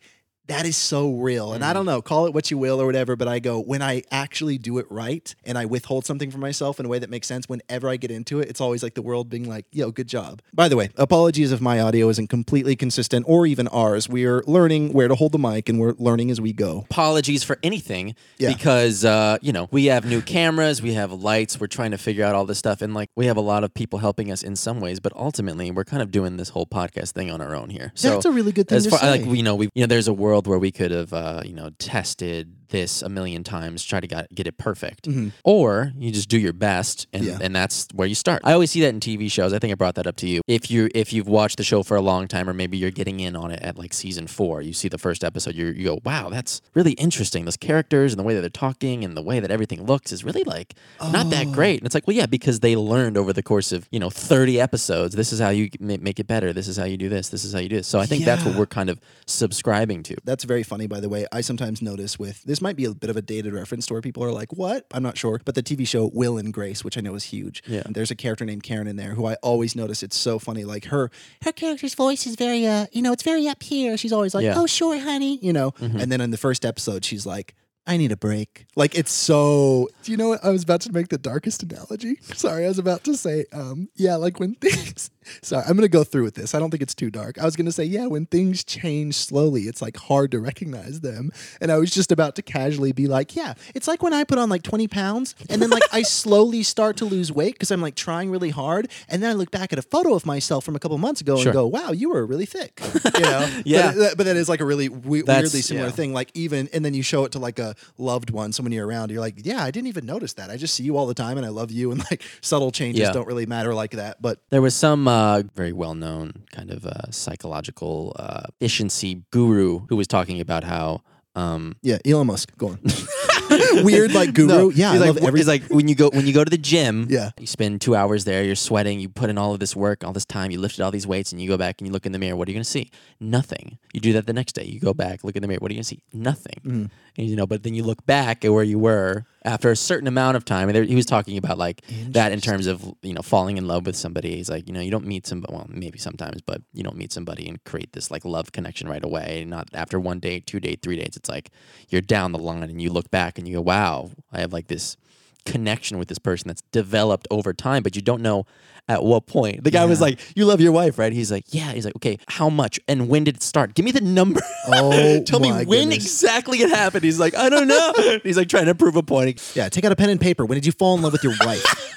Speaker 3: that is so real. And I don't know, call it what you will or whatever, but I go, when I actually do it right and I withhold something from myself in a way that makes sense, whenever I get into it, it's always like the world being like, yo, good job. By the way, apologies if my audio isn't completely consistent or even ours. We're learning where to hold the mic and we're learning as we go.
Speaker 2: Apologies for anything
Speaker 3: Yeah.
Speaker 2: because uh, you know we have new cameras, we have lights, we're trying to figure out all this stuff, and like we have a lot of people helping us in some ways, but ultimately we're kind of doing this whole podcast thing on our own here. So
Speaker 3: That's a really good thing
Speaker 2: as
Speaker 3: to
Speaker 2: far like
Speaker 3: say.
Speaker 2: we you know we you know there's a world where we could have uh, you know tested this a million times, try to got, get it perfect, or you just do your best, and
Speaker 3: Yeah.
Speaker 2: and that's where you start. I always see that in TV shows. I think I brought that up to you. If you if you've watched the show for a long time, or maybe you're getting in on it at like season four, you see the first episode, you you go, wow, that's really interesting. Those characters and the way that they're talking and the way that everything looks is really like not that great. And it's like, well, yeah, because they learned over the course of you know 30 episodes. This is how you ma- make it better. This is how you do this. This is how you do this. So I think that's what
Speaker 3: Yeah.
Speaker 2: we're kind of subscribing to.
Speaker 3: That's very funny, by the way. I sometimes notice with this might be a bit of a dated reference to where people are like, "What?" I'm not sure, but the TV show Will and Grace, which I know is huge.
Speaker 2: Yeah.
Speaker 3: And there's a character named Karen in there who I always notice. It's so funny. Like her,
Speaker 6: her character's voice is very uh you know it's very up here she's always like
Speaker 2: Yeah. Mm-hmm.
Speaker 6: oh sure honey
Speaker 3: you know. And then in the first episode, she's like, I need a break. Like it's so.
Speaker 5: Do you know what? I was about to make the darkest analogy. Sorry, I was about to say, um, yeah, like when things. Sorry, I'm gonna go through with this. I don't think it's too dark. I was gonna say, yeah, when things change slowly, it's like hard to recognize them. And I was just about to casually be like, yeah,
Speaker 3: It's like when I put on like 20 pounds and then like I slowly start to lose weight because I'm like trying really hard. And then I look back at a photo of myself from a couple months ago
Speaker 2: Sure.
Speaker 3: and go, wow, you were really thick. You know?
Speaker 2: Yeah.
Speaker 5: uh,
Speaker 3: But, that- but that is like a really we-
Speaker 2: That's-
Speaker 3: weirdly similar
Speaker 2: yeah.
Speaker 3: thing. Like even, and then you show it to like a loved one, someone you're around. You're like, yeah, I didn't even notice that. I just see you all the time and I love you. And like subtle changes
Speaker 2: Yeah.
Speaker 3: don't really matter like that. But
Speaker 2: There was some uh, very well known kind of uh, psychological uh, efficiency guru who was talking about how. Um,
Speaker 3: yeah, Elon Musk, go on. Weird like guru.
Speaker 2: No,
Speaker 3: yeah,
Speaker 2: he's
Speaker 3: I
Speaker 2: like,
Speaker 3: love every
Speaker 2: it's like when you go when you go to the gym.
Speaker 3: Yeah.
Speaker 2: you spend two hours there. You're sweating. You put in all of this work, all this time. You lifted all these weights, and you go back and you look in the mirror. What are you gonna see? Nothing. You do that the next day. You go back, look in the mirror. What are you gonna see? Nothing. And you know, but then you look back at where you were after a certain amount of time. And there, he was talking about like that in terms of you know falling in love with somebody. He's like, you know, you don't meet somebody. Well, maybe sometimes, but you don't meet somebody and create this like love connection right away. Not after one date, two date, three dates. It's like you're down the line and you look back and you go, wow, I have like this connection with this person that's developed over time, but you don't know at what point. The guy was like, "You love your wife, right?" He's like, "Yeah." He's like, "Okay, how much and when did it start? Give me the number.
Speaker 3: Oh,
Speaker 2: tell me
Speaker 3: my
Speaker 2: when
Speaker 3: goodness.
Speaker 2: exactly it happened." He's like, "I don't know." He's like trying to prove a point.
Speaker 3: Yeah, take out a pen and paper. When did you fall in love with your wife?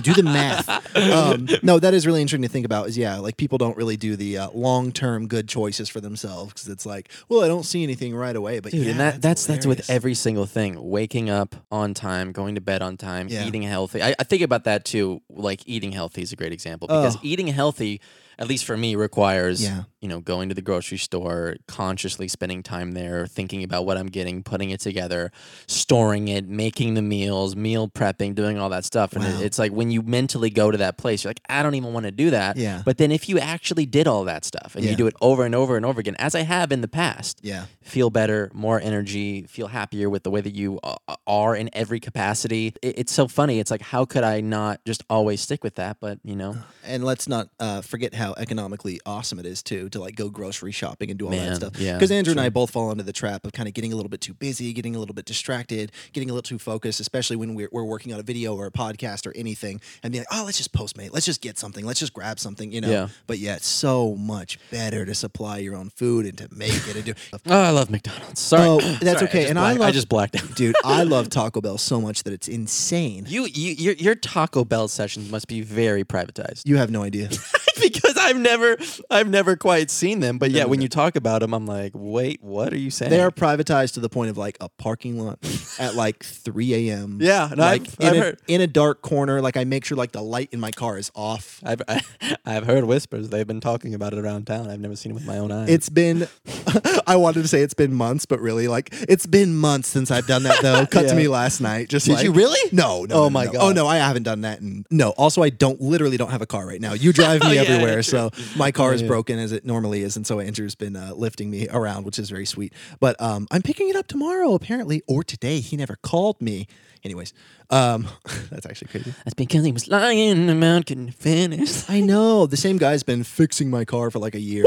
Speaker 3: do the math. Um, no, that is really interesting to think about. Is yeah, like people don't really do the uh, long term good choices for themselves because it's like, well, I don't see anything right away, but
Speaker 2: Dude,
Speaker 3: yeah,
Speaker 2: and that, that's that's with
Speaker 3: hilarious.
Speaker 2: every single thing: waking up on time, going to bed on time,
Speaker 3: Yeah.
Speaker 2: eating healthy. I, I think about that too. Like eating healthy is a great example because
Speaker 3: Oh.
Speaker 2: eating healthy, at least for me, requires
Speaker 3: Yeah.
Speaker 2: you know going to the grocery store, consciously spending time there, thinking about what I'm getting, putting it together, storing it, making the meals, meal prepping, doing all that stuff. And it-
Speaker 3: Wow.
Speaker 2: it's like when you mentally go to that place, you're like, I don't even want to do that.
Speaker 3: Yeah.
Speaker 2: But then if you actually did all that stuff and you
Speaker 3: Yeah.
Speaker 2: do it over and over and over again, as I have in the past,
Speaker 3: yeah.
Speaker 2: feel better, more energy, feel happier with the way that you a- a- are in every capacity. It, it's so funny. It's like, how could I not just always stick with that? But, you know,
Speaker 3: And let's not uh, forget how how economically awesome it is too to like go grocery shopping and do all
Speaker 2: Man,
Speaker 3: that stuff.
Speaker 2: yeah,
Speaker 3: Because Andrew and I both fall into the trap of kind of getting a little bit too busy, getting a little bit distracted, getting a little too focused, especially when we're, we're working on a video or a podcast or anything, and being like, oh, let's just postmate, let's just get something, let's just grab something, you know.
Speaker 2: Yeah.
Speaker 3: But yeah, it's so much better to supply your own food and to make it and do.
Speaker 2: Oh, I love McDonald's. Sorry.
Speaker 3: Oh, that's
Speaker 2: Sorry,
Speaker 3: okay.
Speaker 2: just
Speaker 3: and I
Speaker 2: blacked-
Speaker 3: love
Speaker 2: I just blacked out.
Speaker 3: Dude, I love Taco Bell so much that it's insane.
Speaker 2: You, you, your, your Taco Bell sessions must be very privatized
Speaker 3: You have no idea.
Speaker 2: because I've never, I've never quite seen them. But yeah, when you talk about them, I'm like, wait, what are you saying?
Speaker 3: They are privatized to the point of like a parking lot at like 3 a.m.
Speaker 2: Yeah, no,
Speaker 3: like
Speaker 2: I've-
Speaker 3: in,
Speaker 2: I've
Speaker 3: a,
Speaker 2: heard-
Speaker 3: in a dark corner. Like I make sure like the light in my car is off.
Speaker 2: I've, I, I've heard whispers. They've been talking about it around town. I've never seen it with my own eyes.
Speaker 3: It's been, I wanted to say it's been months, but really, like it's been months since I've done that. Though, cut
Speaker 2: Yeah.
Speaker 3: to me last night. Just
Speaker 2: Did
Speaker 3: like-
Speaker 2: you really?
Speaker 3: No, no.
Speaker 2: Oh
Speaker 3: no,
Speaker 2: my
Speaker 3: no.
Speaker 2: God.
Speaker 3: Oh no, I haven't done that. And no. Also, I don't literally don't have a car right now. You drive me
Speaker 2: yeah,
Speaker 3: everywhere,
Speaker 2: yeah,
Speaker 3: so my car is
Speaker 2: yeah.
Speaker 3: broken as it normally is, and so Andrew's been uh, lifting me around, which is very sweet. But um, I'm picking it up tomorrow, apparently, or today. He never called me. Anyways, um, that's actually crazy.
Speaker 2: that's because he was lying about getting finished.
Speaker 3: I know the same guy's been fixing my car for like a year.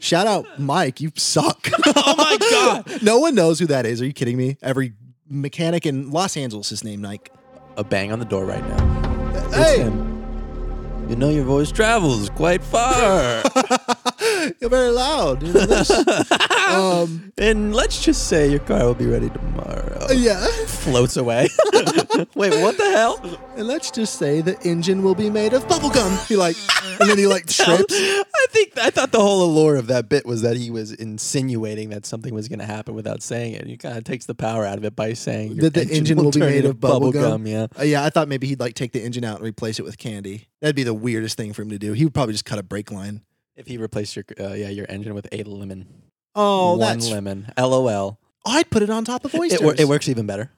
Speaker 3: Shout out, Mike. You suck.
Speaker 2: oh my god!
Speaker 3: no one knows who that is. Are you kidding me? Every mechanic in Los Angeles is named Mike.
Speaker 2: A bang on the door right now.
Speaker 3: Hey,
Speaker 2: You know your voice travels quite far.
Speaker 3: you're very loud. You know this. um,
Speaker 2: and let's just say your car will be ready tomorrow.
Speaker 3: yeah,
Speaker 2: Floats away. Wait, what the hell?
Speaker 3: and let's just say the engine will be made of bubblegum. He like, and then he like trips.
Speaker 2: I think I thought the whole allure of that bit was that he was insinuating that something was going to happen without saying it. He kind of takes the power out of it by saying your
Speaker 3: That the engine will be
Speaker 2: turn
Speaker 3: made
Speaker 2: into
Speaker 3: of bubblegum.
Speaker 2: gum, Yeah.
Speaker 3: Uh, yeah, I thought maybe he'd like take the engine out and replace it with candy. That'd be the weirdest thing for him to do. He would probably just cut a brake line.
Speaker 2: If he replaced your uh, yeah your engine with a lemon,
Speaker 3: Oh,
Speaker 2: One
Speaker 3: that's.
Speaker 2: lemon. LOL.
Speaker 3: I'd put it on top of oysters. Oh,
Speaker 2: It, wor- it works even better.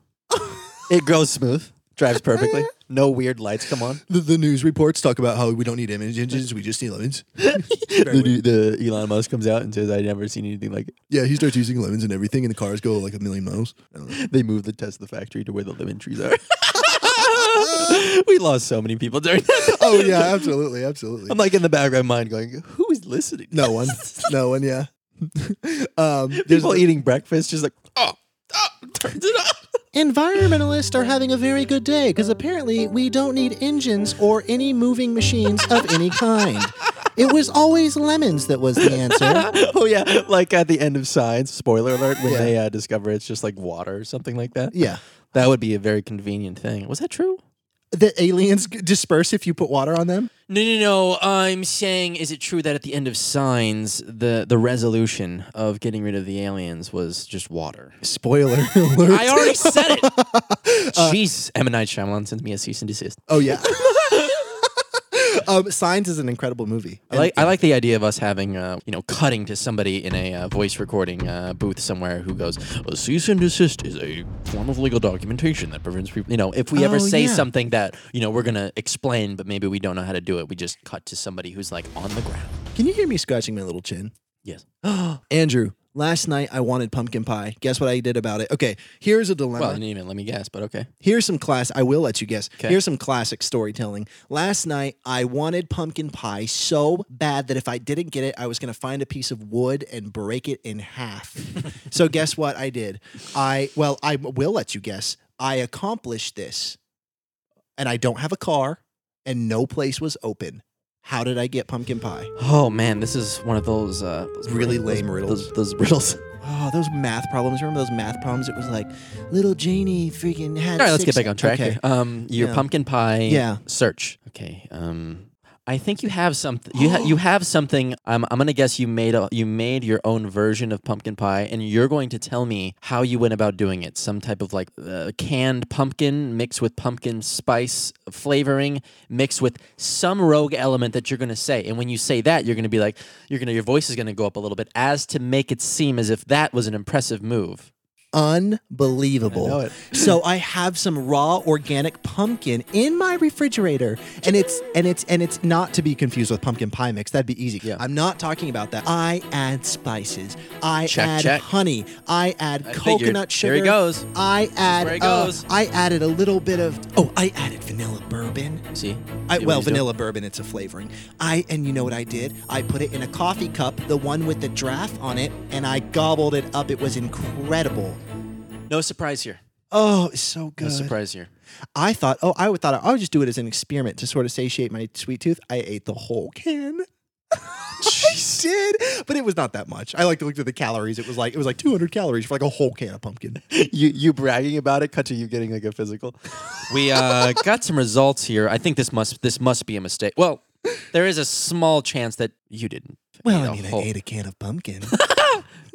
Speaker 2: it grows smooth, drives perfectly. No weird lights come on.
Speaker 3: The, the news reports talk about how we don't need image engines, we just need lemons.
Speaker 2: the, dude- the Elon Musk comes out and says, "I've never seen anything like it."
Speaker 3: Yeah, he starts using lemons and everything, and the cars go like a million miles. I don't know.
Speaker 2: They moved the Tesla factory to where the lemon trees are." we lost so many people during that.
Speaker 3: Oh yeah, absolutely, absolutely.
Speaker 2: I'm like in the back of my mind going, "Who is listening?"
Speaker 3: no one, no one. Yeah. um, there's
Speaker 2: people eating breakfast, just like, "Oh, oh turns it off."
Speaker 3: environmentalists are having a very good day because apparently we don't need engines or any moving machines of any kind. It was always lemons that was the answer.
Speaker 2: oh yeah, like at the end of Science. Spoiler alert: when
Speaker 3: Yeah.
Speaker 2: they uh, discover it's just like water or something like that.
Speaker 3: Yeah.
Speaker 2: That would be a very convenient thing. Was that true?
Speaker 3: The aliens g- disperse if you put water on them.
Speaker 2: No, no, no. I'm saying, is it true that at the end of Signs, the the resolution of getting rid of the aliens was just water?
Speaker 3: Spoiler alert.
Speaker 2: I already said it.
Speaker 3: Uh,
Speaker 2: Jeez, M and Night Shyamalan sends me a cease and desist.
Speaker 3: oh yeah. um, Signs is an incredible movie.
Speaker 2: I like I like the idea of us having uh, you know cutting to somebody in a uh, voice recording uh, booth somewhere who goes a cease and desist is a form of legal documentation that prevents people you know if we ever
Speaker 3: Oh,
Speaker 2: say
Speaker 3: yeah.
Speaker 2: something that you know we're gonna explain but maybe we don't know how to do it we just cut to somebody who's like on the ground.
Speaker 3: Can you hear me scratching my little chin?
Speaker 2: Yes.
Speaker 3: Andrew, last night I wanted pumpkin pie. Guess what I did about it? Okay, here's a dilemma.
Speaker 2: Well, I didn't even let me guess, but okay.
Speaker 3: Here's some class. I will let you guess.
Speaker 2: 'Kay.
Speaker 3: Here's some classic storytelling. Last night, I wanted pumpkin pie so bad that if I didn't get it, I was going to find a piece of wood and break it in half. so guess what I did? I well, I will let you guess. I accomplished this, and I don't have a car, and no place was open. How did I get pumpkin pie?
Speaker 2: Oh man, this is one of those, uh, those
Speaker 3: Really
Speaker 2: those-
Speaker 3: lame riddles.
Speaker 2: Those, those riddles.
Speaker 3: Oh, those math problems. Remember those math problems? It was like little Janie freaking had.
Speaker 2: All right, let's
Speaker 3: six-
Speaker 2: get back on track.
Speaker 3: Okay.
Speaker 2: Here. Um, your
Speaker 3: Yeah.
Speaker 2: pumpkin pie
Speaker 3: Yeah.
Speaker 2: search. Okay. Um, I think you have something. You ha- you have something. I'm I'm gonna guess you made a you made your own version of pumpkin pie, and you're going to tell me how you went about doing it. Some type of like uh, canned pumpkin mixed with pumpkin spice flavoring, mixed with some rogue element that you're gonna say. And when you say that, you're gonna be like, you're gonna your voice is gonna go up a little bit, as to make it seem as if that was an impressive move.
Speaker 3: unbelievable.
Speaker 2: I know it.
Speaker 3: so I have some raw organic pumpkin in my refrigerator, and it's and it's and it's not to be confused with pumpkin pie mix. That'd be easy.
Speaker 2: Yeah.
Speaker 3: I'm not talking about that. I add spices. I
Speaker 2: Check,
Speaker 3: add
Speaker 2: check.
Speaker 3: honey. I add
Speaker 2: I figured.
Speaker 3: coconut
Speaker 2: Here
Speaker 3: sugar.
Speaker 2: he goes.
Speaker 3: I add.
Speaker 2: where he
Speaker 3: uh,
Speaker 2: goes.
Speaker 3: I added a little bit of. Oh, I added vanilla beurre bourbon.
Speaker 2: See? See
Speaker 3: I,
Speaker 2: what
Speaker 3: well,
Speaker 2: he's doing?
Speaker 3: vanilla bourbon, it's a flavoring. I and you know what I did? I put it in a coffee cup, the one with the draft on it, and I gobbled it up. It was incredible.
Speaker 2: No surprise here.
Speaker 3: Oh, it's so
Speaker 2: No
Speaker 3: good.
Speaker 2: surprise here.
Speaker 3: I thought, oh, I would thought I would just do it as an experiment to sort of satiate my sweet tooth. I ate the whole can. I did, but it was not that much. I like to look at the calories. It was like it was like 200 calories for like a whole can of pumpkin.
Speaker 2: you you bragging about it cut to you getting like a physical we uh, got some results here i think this must this must be a mistake well there is a small chance that you didn't
Speaker 3: Well,
Speaker 2: eat
Speaker 3: I
Speaker 2: a
Speaker 3: mean,
Speaker 2: whole-
Speaker 3: I ate a can of pumpkin.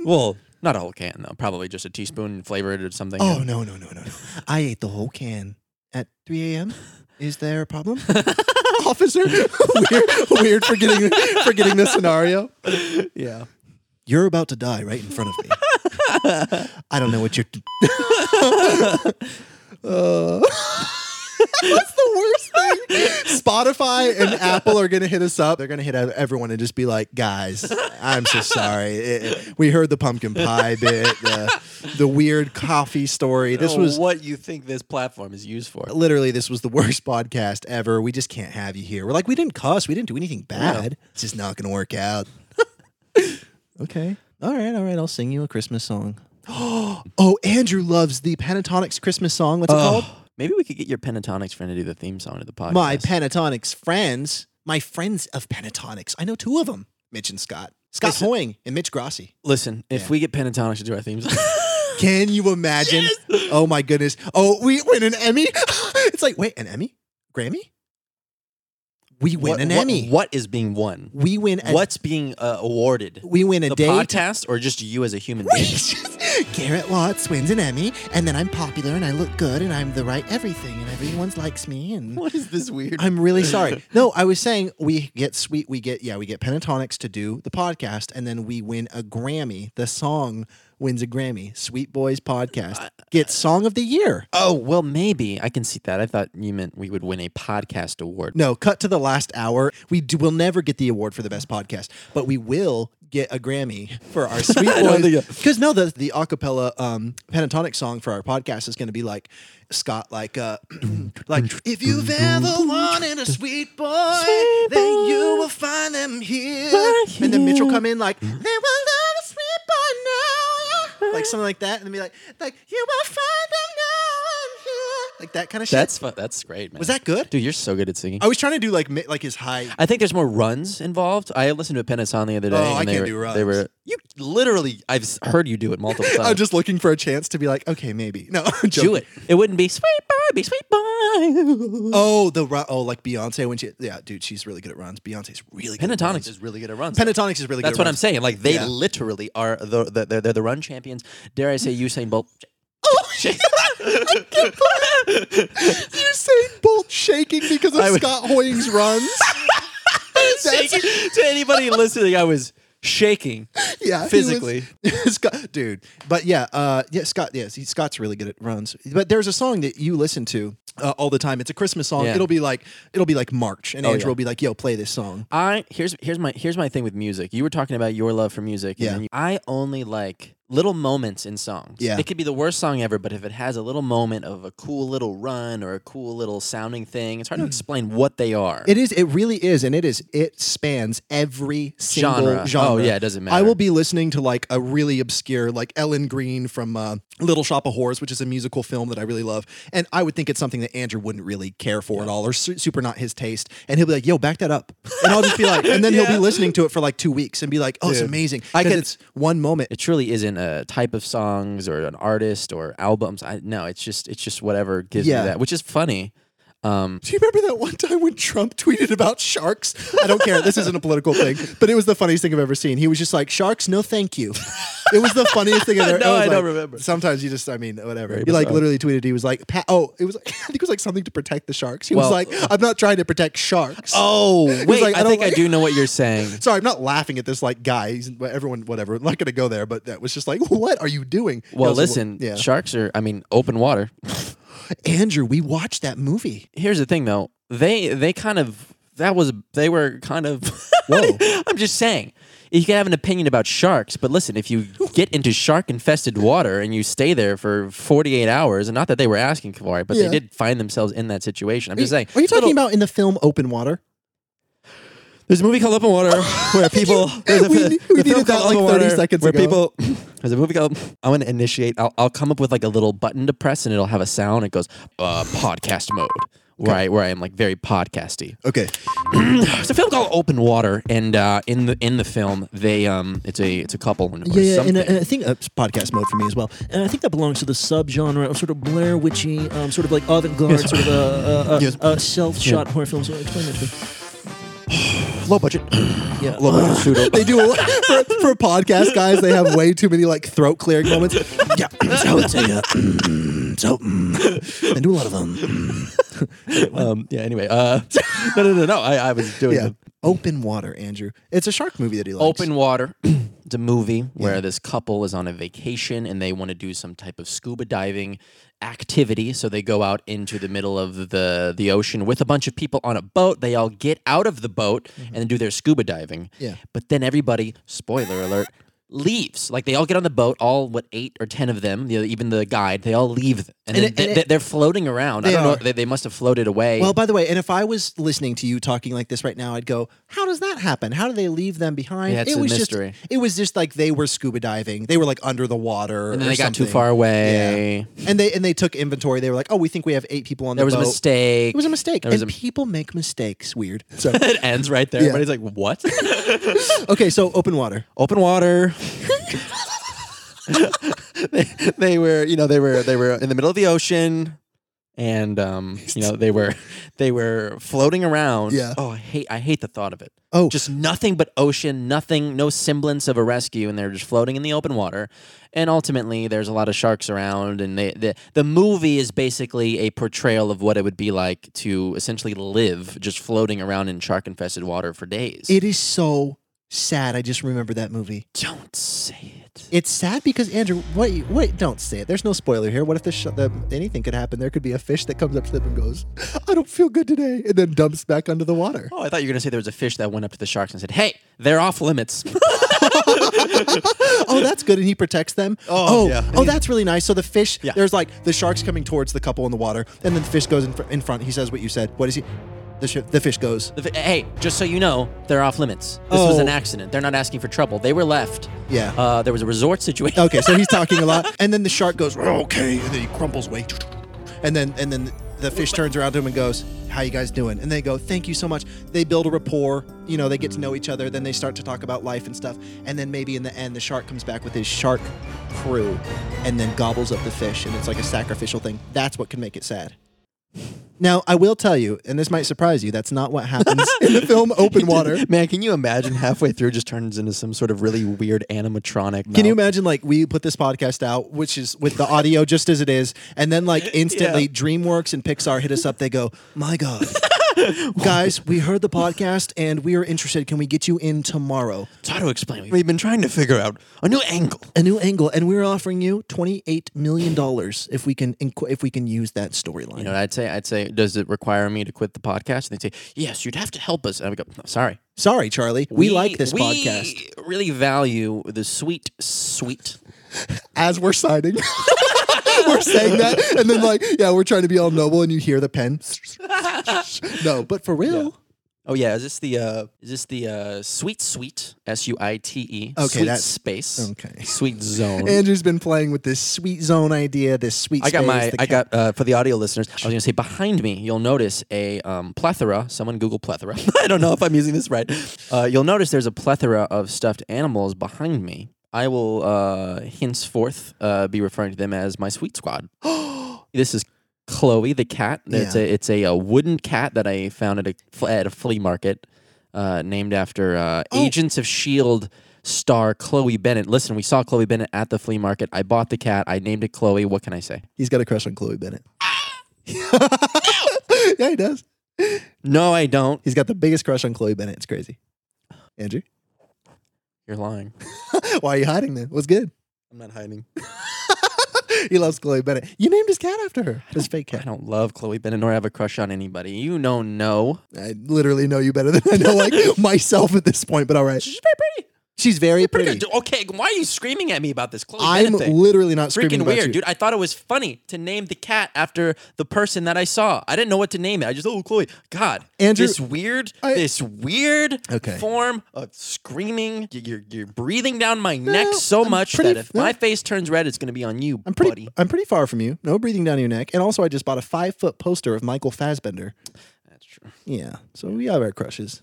Speaker 2: well not a whole can though probably just a teaspoon flavored or something
Speaker 3: oh no, no, no, no, no! I ate the whole can at 3 a.m. Is there a problem, officer? weird, weird forgetting forgetting the scenario.
Speaker 2: yeah
Speaker 3: You're about to die right in front of me. I don't know what you're. Uh, That's the worst thing. Spotify and Apple are gonna hit us up. They're gonna hit everyone and just be like, "Guys, I'm so sorry. It- it- we heard the pumpkin pie bit, the, the weird coffee story. This
Speaker 2: Oh,
Speaker 3: was
Speaker 2: what you think this platform is used for
Speaker 3: literally this was the worst podcast ever. We just can't have you here. We're like, we didn't cuss. We didn't do anything bad. It's just not gonna work out. okay. All right. All right. I'll sing you a Christmas song. oh, Andrew loves the Pentatonics Christmas song. What's it
Speaker 2: Oh,
Speaker 3: called?
Speaker 2: maybe we could get your pentatonics friend to do the theme song to the podcast
Speaker 3: My Pentatonics friends. My friends of Pentatonics. I know two of them. Mitch and Scott. Scott
Speaker 2: Listen-
Speaker 3: Hoying and Mitch Grassi.
Speaker 2: listen if we get pentatonics to do our theme song
Speaker 3: Can you imagine? Oh my goodness. Oh, we win an Emmy. it's like, wait, an Emmy? Grammy? We win
Speaker 2: What-
Speaker 3: an
Speaker 2: what-
Speaker 3: Emmy.
Speaker 2: what is being won
Speaker 3: We win a
Speaker 2: what's being uh, awarded
Speaker 3: We win a
Speaker 2: the
Speaker 3: date.
Speaker 2: podcast or just you as a human being
Speaker 3: Garrett Watts wins an Emmy, and then I'm popular and I look good and I'm the right everything and everyone likes me and
Speaker 2: what is this weird
Speaker 3: I'm really sorry. No, I was saying we get sweet, we get yeah, we get Pentatonics to do the podcast, and then we win a Grammy. The song wins a Grammy. Sweet Boys Podcast gets Song of the Year.
Speaker 2: Oh, well, maybe. I can see that. I thought you meant we would win a podcast award.
Speaker 3: No, cut to the last hour. We do, will never get the award for the best podcast, but we will get a Grammy for our sweet
Speaker 2: don't
Speaker 3: boys.
Speaker 2: think
Speaker 3: Because no, the the acapella um, pentatonic song for our podcast is going to be like Scott, like uh, like if you've ever wanted a sweet boy, then you will find them here. And then Mitch will come in like they will love a sweet boy now, like something like that, and then be like like you will find them now and here, like that kind of shit.
Speaker 2: That's fun. That's great, man.
Speaker 3: Was that Oh. good?
Speaker 2: Dude, you're so good at singing.
Speaker 3: I was trying to do like mi- like his high.
Speaker 2: I think there's more runs involved. I listened to a Pentatonic the other day.
Speaker 3: Oh, I
Speaker 2: and they
Speaker 3: can't
Speaker 2: were,
Speaker 3: do
Speaker 2: They
Speaker 3: runs.
Speaker 2: were you literally. I've s- heard you do it multiple times.
Speaker 3: I'm just looking for a chance to be like, okay, maybe. No, I'm
Speaker 2: do
Speaker 3: joking.
Speaker 2: it. It wouldn't be sweet boy, be sweet boy.
Speaker 3: Oh, the ru- oh, like Beyonce when she yeah, dude, she's really good at runs. Beyonce's really good. At
Speaker 2: Pentatonics
Speaker 3: runs.
Speaker 2: is really good at runs.
Speaker 3: Pentatonics is really
Speaker 2: That's
Speaker 3: good.
Speaker 2: what
Speaker 3: at
Speaker 2: I'm saying. Like they
Speaker 3: Yeah.
Speaker 2: literally are the, the they're, they're the run champions. Dare I say Usain Bolt?
Speaker 3: I'm saying. Usain Bolt shaking because of
Speaker 2: I was-
Speaker 3: Scott Hoying's runs.
Speaker 2: Shaking. to anybody listening, I was shaking.
Speaker 3: yeah, he was-
Speaker 2: Physically.
Speaker 3: Scott, dude. But yeah, uh, yeah, Scott. Yes, he, Scott's really good at runs. But there's a song that you listen to uh, all the time. It's a Christmas song.
Speaker 2: Yeah. Oh,
Speaker 3: It'll be like it'll be like March, and Andrew
Speaker 2: yeah.
Speaker 3: will be like, "Yo, play this song."
Speaker 2: I here's here's my here's my thing with music. You were talking about your love for music.
Speaker 3: Yeah.
Speaker 2: And you- I only like little moments in songs.
Speaker 3: Yeah.
Speaker 2: It could be the worst song ever, but if it has a little moment of a cool little run or a cool little sounding thing, it's hard to explain what they are.
Speaker 3: Hmm. It is. It really is, and it is. It spans every single
Speaker 2: Genre.
Speaker 3: genre.
Speaker 2: Oh, yeah, it doesn't matter.
Speaker 3: I will be listening to like a really obscure, like Ellen Green from uh, Little Shop of Horrors, which is a musical film that I really love, and I would think it's something that Andrew wouldn't really care for at all, or su- super not his taste, and he'll be like, "Yo, back that up," and I'll just be like, and then he'll be listening to it for like two weeks and be like, "Oh, it's amazing." I
Speaker 2: can-
Speaker 3: It's one moment.
Speaker 2: it truly isn't a type of songs or an artist or albums. I no, it's just it's just whatever gives
Speaker 3: Yeah.
Speaker 2: me that, which is funny. Um,
Speaker 3: Do you remember that one time when Trump tweeted about sharks? I don't care. This isn't a political thing, but it was the funniest thing I've ever seen. He was just like, "Sharks, no, thank you." It was the funniest thing I've ever.
Speaker 2: No,
Speaker 3: was
Speaker 2: I don't
Speaker 3: like-
Speaker 2: remember.
Speaker 3: Sometimes you just, I mean, whatever. he like literally tweeted. He was like, pa- "Oh, it was. I think it was like something to protect the sharks." He
Speaker 2: Well- uh,
Speaker 3: was like, "I'm not trying to protect sharks."
Speaker 2: oh wait,
Speaker 3: like,
Speaker 2: I,
Speaker 3: I don't
Speaker 2: think I
Speaker 3: like-
Speaker 2: do know what you're saying.
Speaker 3: Sorry, I'm not laughing at this like guy. He's, everyone, whatever. I'm not going to go there, but that was just like, what are you doing?
Speaker 2: Well,
Speaker 3: I was like,
Speaker 2: listen,
Speaker 3: yeah.
Speaker 2: sharks are I mean open water.
Speaker 3: Andrew, we watched that movie.
Speaker 2: here's the thing though they they kind of that was they were kind of
Speaker 3: Whoa.
Speaker 2: I'm just saying. You can have an opinion about sharks, but listen, if you get into shark infested water and you stay there for 48 hours, and not that they were asking for it, but
Speaker 3: Yeah.
Speaker 2: they did find themselves in that situation. I'm just saying.
Speaker 3: Are you talking
Speaker 2: little-
Speaker 3: about in the film Open Water?
Speaker 2: There's a movie called Up in Water where people. there's a,
Speaker 3: we
Speaker 2: fi-
Speaker 3: knew-
Speaker 2: a
Speaker 3: we
Speaker 2: film
Speaker 3: needed that
Speaker 2: called Up in
Speaker 3: like 30
Speaker 2: Water
Speaker 3: seconds
Speaker 2: where
Speaker 3: ago.
Speaker 2: people. There's a movie called. I'm going to initiate. I'll, I'll come up with like a little button to press and it'll have a sound. It goes uh, podcast mode. Where I, where I am like very podcasty.
Speaker 3: Okay.
Speaker 2: It's a film called Open Water, and uh, in the in the film they um it's a it's a couple or
Speaker 5: Yeah, and,
Speaker 2: something.
Speaker 5: uh, and I think uh, it's podcast mode for me as well. And I think that belongs to the subgenre of sort of Blair Witchy, um, sort of like avant-garde, sort of uh, uh, uh,
Speaker 3: Yes.
Speaker 5: uh, self-shot horror films. So explain that to me.
Speaker 2: low budget.
Speaker 5: Yeah.
Speaker 2: low budget pseudo.
Speaker 3: They do a lot for, for podcast guys. They have way too many like throat clearing moments.
Speaker 5: Yeah, so it's a, uh, so mm, I do a lot of them.
Speaker 2: um, yeah. Anyway. Uh, no, no, no, no. I, I was doing
Speaker 3: Yeah.
Speaker 2: the
Speaker 3: Open Water, Andrew. It's a shark movie that he likes.
Speaker 2: Open Water. it's a movie where this couple is on a vacation and they want to do some type of scuba diving activity. So they go out into the middle of the the ocean with a bunch of people on a boat. They all get out of the boat and do their scuba diving.
Speaker 3: Mm-hmm. Yeah.
Speaker 2: But then everybody, spoiler alert, leaves. Like they all get on the boat, all what eight or ten of them, you know, even the guide, they all leave, and, then
Speaker 3: it- and
Speaker 2: they, they're floating around. I
Speaker 3: They
Speaker 2: don't know.
Speaker 3: are.
Speaker 2: They, they must have floated away.
Speaker 3: Well, by the way, and if I was listening to you talking like this right now, I'd go, "How does that happen? How do they leave them behind?"
Speaker 2: Yeah, it's
Speaker 3: it
Speaker 2: a
Speaker 3: was
Speaker 2: mystery.
Speaker 3: just it was just like they were scuba diving. They were like under the water,
Speaker 2: and then
Speaker 3: or
Speaker 2: they got too
Speaker 3: something.
Speaker 2: far away.
Speaker 3: And they and they took inventory. They were like, "Oh, we think we have eight people on
Speaker 2: There
Speaker 3: the
Speaker 2: was a
Speaker 3: boat."
Speaker 2: mistake.
Speaker 3: It was a mistake.
Speaker 2: There was
Speaker 3: And
Speaker 2: a-
Speaker 3: people make mistakes. Weird. So
Speaker 2: it ends right there.
Speaker 3: Yeah.
Speaker 2: Everybody's like, "What?"
Speaker 3: okay, so open water.
Speaker 2: Open water. they, they were, you know, they were they were in the middle of the ocean, and um, you know, they were they were floating around.
Speaker 3: Yeah.
Speaker 2: Oh, I hate I hate the thought of it.
Speaker 3: Oh.
Speaker 2: just nothing but ocean, nothing, no semblance of a rescue, and they're just floating in the open water. And ultimately, there's a lot of sharks around, and they, the the movie is basically a portrayal of what it would be like to essentially live just floating around in shark infested water for days.
Speaker 3: It is so sad. I just remember that movie.
Speaker 2: Don't say it.
Speaker 3: It's sad because Andrew, what? you- What? Don't say it. There's no spoiler here. What if the, sh- the anything could happen? There could be a fish that comes up to them and goes, "I don't feel good today," and then dumps back under the water.
Speaker 2: Oh, I thought you were going to say there was a fish that went up to the sharks and said, "Hey, they're off limits."
Speaker 3: oh, that's good, and he protects them.
Speaker 2: Oh,
Speaker 3: Oh, oh,
Speaker 2: yeah.
Speaker 3: that's really nice. So the fish,
Speaker 2: Yeah.
Speaker 3: there's like the sharks coming towards the couple in the water, and then the fish goes in, fr- in front. He says what you said. What is he? The sh- the fish goes.
Speaker 2: The fi- hey, just so you know, they're off limits. This was
Speaker 3: Oh.
Speaker 2: an accident. They're not asking for trouble. They were left.
Speaker 3: Yeah.
Speaker 2: Uh, there was a resort situation.
Speaker 3: Okay, so he's talking a lot, and then the shark goes okay, and then he crumples away, and then and then the fish turns around to him and goes, "How you guys doing?" And they go, "Thank you so much." They build a rapport. You know, they get to know each other. Then they start to talk about life and stuff, and then maybe in the end, the shark comes back with his shark crew, and then gobbles up the fish, and it's like a sacrificial thing. That's what can make it sad. Now, I will tell you, and this might surprise you, that's not what happens in the film Open Water.
Speaker 2: Man, can you imagine halfway through just turns into some sort of really weird animatronic?
Speaker 3: Can you imagine like we put this podcast out, which is with the audio just as it is, and then like instantly DreamWorks and Pixar hit us up. They go, "My God, guys, we heard the podcast and we are interested. Can we get you in tomorrow?
Speaker 2: Try to explain. We've been trying to figure out a new angle.
Speaker 3: A new angle, and we're offering you twenty eight million dollars if we can inqu- if we can use that storyline."
Speaker 2: You know, I'd say, I'd say, does it require me to quit the podcast? And they'd say, yes, you'd have to help us. And I would go, no, sorry,
Speaker 3: Sorry, Charlie, we, like this
Speaker 2: we
Speaker 3: podcast
Speaker 2: Really value the sweet, sweet
Speaker 3: as we're signing. we're saying that, and then like, yeah, we're trying to be all noble, and you hear the pen. no, but for real.
Speaker 2: Oh yeah, is this the uh is this the uh sweet sweet S U I T E
Speaker 3: Okay,
Speaker 2: sweet
Speaker 3: that's-
Speaker 2: space
Speaker 3: okay.
Speaker 2: sweet zone.
Speaker 3: Andrew's been playing with this sweet zone idea, this sweet.
Speaker 2: I got
Speaker 3: space,
Speaker 2: my
Speaker 3: the
Speaker 2: I
Speaker 3: ca-
Speaker 2: got uh, for the audio listeners. I was gonna say behind me, you'll notice a um, plethora. Someone Google plethora. I don't know if I'm using this right. Uh, you'll notice there's a plethora of stuffed animals behind me. I will uh, henceforth uh, be referring to them as my sweet squad. this is Chloe the cat. It's
Speaker 3: Yeah.
Speaker 2: a it's a, uh wooden cat that I found at a fl- at a flea market, uh, named after uh,
Speaker 3: Oh!
Speaker 2: Agents of Shield star Chloe Bennett. Listen, we saw Chloe Bennett at the flea market. I bought the cat. I named it Chloe. What can I say?
Speaker 3: He's got a crush on Chloe Bennett. yeah, he does.
Speaker 2: No, I don't.
Speaker 3: He's got the biggest crush on Chloe Bennett. It's crazy. Andrew,
Speaker 2: You're lying.
Speaker 3: why are you hiding then? What's good?
Speaker 2: I'm not hiding.
Speaker 3: he loves Chloe Bennett. You named his cat after her. His fake
Speaker 2: I
Speaker 3: cat.
Speaker 2: don't love Chloe Bennett nor have a crush on anybody. You know, no.
Speaker 3: I literally know you better than I know like myself at this point. But all right,
Speaker 2: She's very pretty.
Speaker 3: she's very
Speaker 2: Pretty,
Speaker 3: pretty.
Speaker 2: good. Okay, why are you screaming at me about this Chloe
Speaker 3: I'm
Speaker 2: Bennett thing?
Speaker 3: literally not screaming
Speaker 2: Freaking
Speaker 3: about
Speaker 2: weird,
Speaker 3: you.
Speaker 2: dude. I thought it was funny to name the cat after the person that I saw. I didn't know what to name it. I just, oh, Chloe. God.
Speaker 3: Andrew,
Speaker 2: this weird,
Speaker 3: I-
Speaker 2: this weird
Speaker 3: Okay.
Speaker 2: form of screaming. Y- You're, you're breathing down my neck
Speaker 3: no,
Speaker 2: so
Speaker 3: I'm
Speaker 2: much
Speaker 3: pretty-
Speaker 2: that if
Speaker 3: no.
Speaker 2: my face turns red, it's going to be on you,
Speaker 3: I'm pretty.
Speaker 2: buddy.
Speaker 3: I'm pretty far from you. No breathing down your neck. And also, I just bought a five foot poster of Michael Fassbender.
Speaker 2: That's true.
Speaker 3: Yeah. So we have our crushes.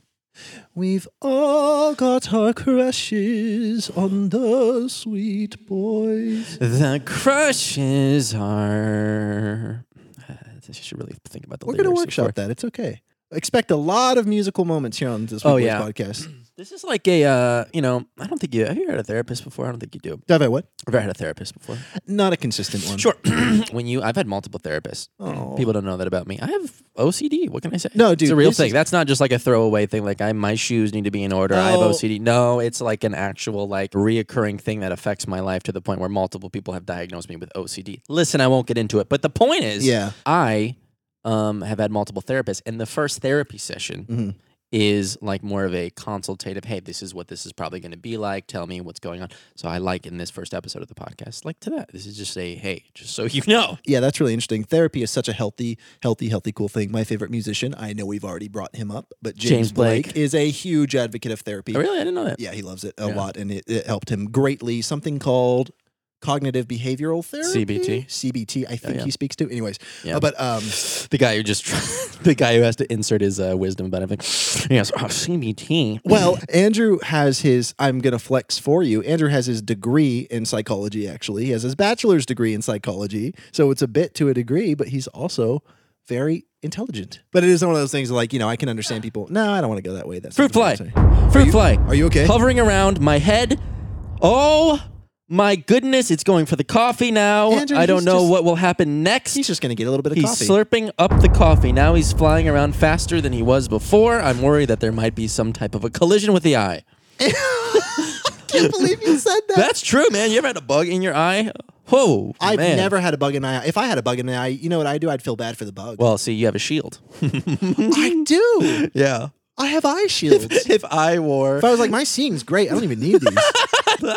Speaker 3: We've all got our crushes on the sweet boys.
Speaker 2: The crushes are. Uh, I should really think about the
Speaker 3: We're
Speaker 2: lyrics.
Speaker 3: gonna
Speaker 2: before-
Speaker 3: workshop that. It's okay. Expect a lot of musical moments here on this
Speaker 2: Oh,
Speaker 3: Week Boys
Speaker 2: yeah.
Speaker 3: podcast.
Speaker 2: This is like a, uh, you know, I don't think you have you ever had a therapist before. I don't think you do.
Speaker 3: Have I what?
Speaker 2: I've ever had a therapist before.
Speaker 3: Not a consistent one.
Speaker 2: Sure. when you, I've had multiple therapists.
Speaker 3: Oh.
Speaker 2: People don't know that about me. I have OCD. What can I say?
Speaker 3: No,
Speaker 2: it's
Speaker 3: dude,
Speaker 2: a real
Speaker 3: this
Speaker 2: thing.
Speaker 3: is-
Speaker 2: That's not just like a throwaway thing. Like I, my shoes need to be in order. I have
Speaker 3: Oh.
Speaker 2: OCD. No, it's like an actual, like reoccurring thing that affects my life to the point where multiple people have diagnosed me with OCD. Listen, I won't get into it, but the point is,
Speaker 3: Yeah.
Speaker 2: I um, have had multiple therapists, and the first therapy session
Speaker 3: Mhm.
Speaker 2: is like more of a consultative. Hey, this is what this is probably going to be like. Tell me what's going on. So I like in this first episode of the podcast, like to that. This is just a hey, just so you know.
Speaker 3: Yeah, that's really interesting. Therapy is such a healthy, healthy, healthy, cool thing. My favorite musician, I know we've already brought him up, but James,
Speaker 2: James Blake.
Speaker 3: is a huge advocate of therapy.
Speaker 2: Oh, really, I didn't know that.
Speaker 3: Yeah, he loves it a
Speaker 2: Yeah.
Speaker 3: lot, and it, it helped him greatly. Something called cognitive behavioral therapy,
Speaker 2: CBT.
Speaker 3: CBT. I think
Speaker 2: yeah.
Speaker 3: he speaks to. Anyways,
Speaker 2: Yeah.
Speaker 3: Uh, but um,
Speaker 2: The guy who just, the guy who has to insert his uh, wisdom about everything. Yes, oh, CBT.
Speaker 3: well, Andrew has his. I'm gonna flex for you. Andrew has his degree in psychology. Actually, he has his bachelor's degree in psychology, so it's a bit to a degree, but he's also very intelligent. But it is one of those things like you know I can understand people. No, I don't want to go that way. That's
Speaker 2: Fruit
Speaker 3: not what
Speaker 2: fly.
Speaker 3: I'm saying.
Speaker 2: Fruit fly.
Speaker 3: Are you okay?
Speaker 2: Hovering around my head. Oh my goodness, it's going for the coffee now.
Speaker 3: Andrew,
Speaker 2: I don't
Speaker 3: he's
Speaker 2: know
Speaker 3: just-
Speaker 2: what will happen next.
Speaker 3: He's just gonna get a little bit of
Speaker 2: He's
Speaker 3: coffee.
Speaker 2: slurping up the coffee. Now he's flying around faster than he was before. I'm worried that there might be some type of a collision with the eye.
Speaker 3: can't believe you said that.
Speaker 2: That's true, man. You ever had a bug in your eye? Whoa.
Speaker 3: I've
Speaker 2: man.
Speaker 3: never had a bug in my eye. If I had a bug in my eye, you know what I do? I'd feel bad for the bug.
Speaker 2: Well, see, you have a shield.
Speaker 3: I do.
Speaker 2: Yeah.
Speaker 3: I have eye shields. if
Speaker 2: If I wore.
Speaker 3: I was like, my seeing's great. I don't even need these.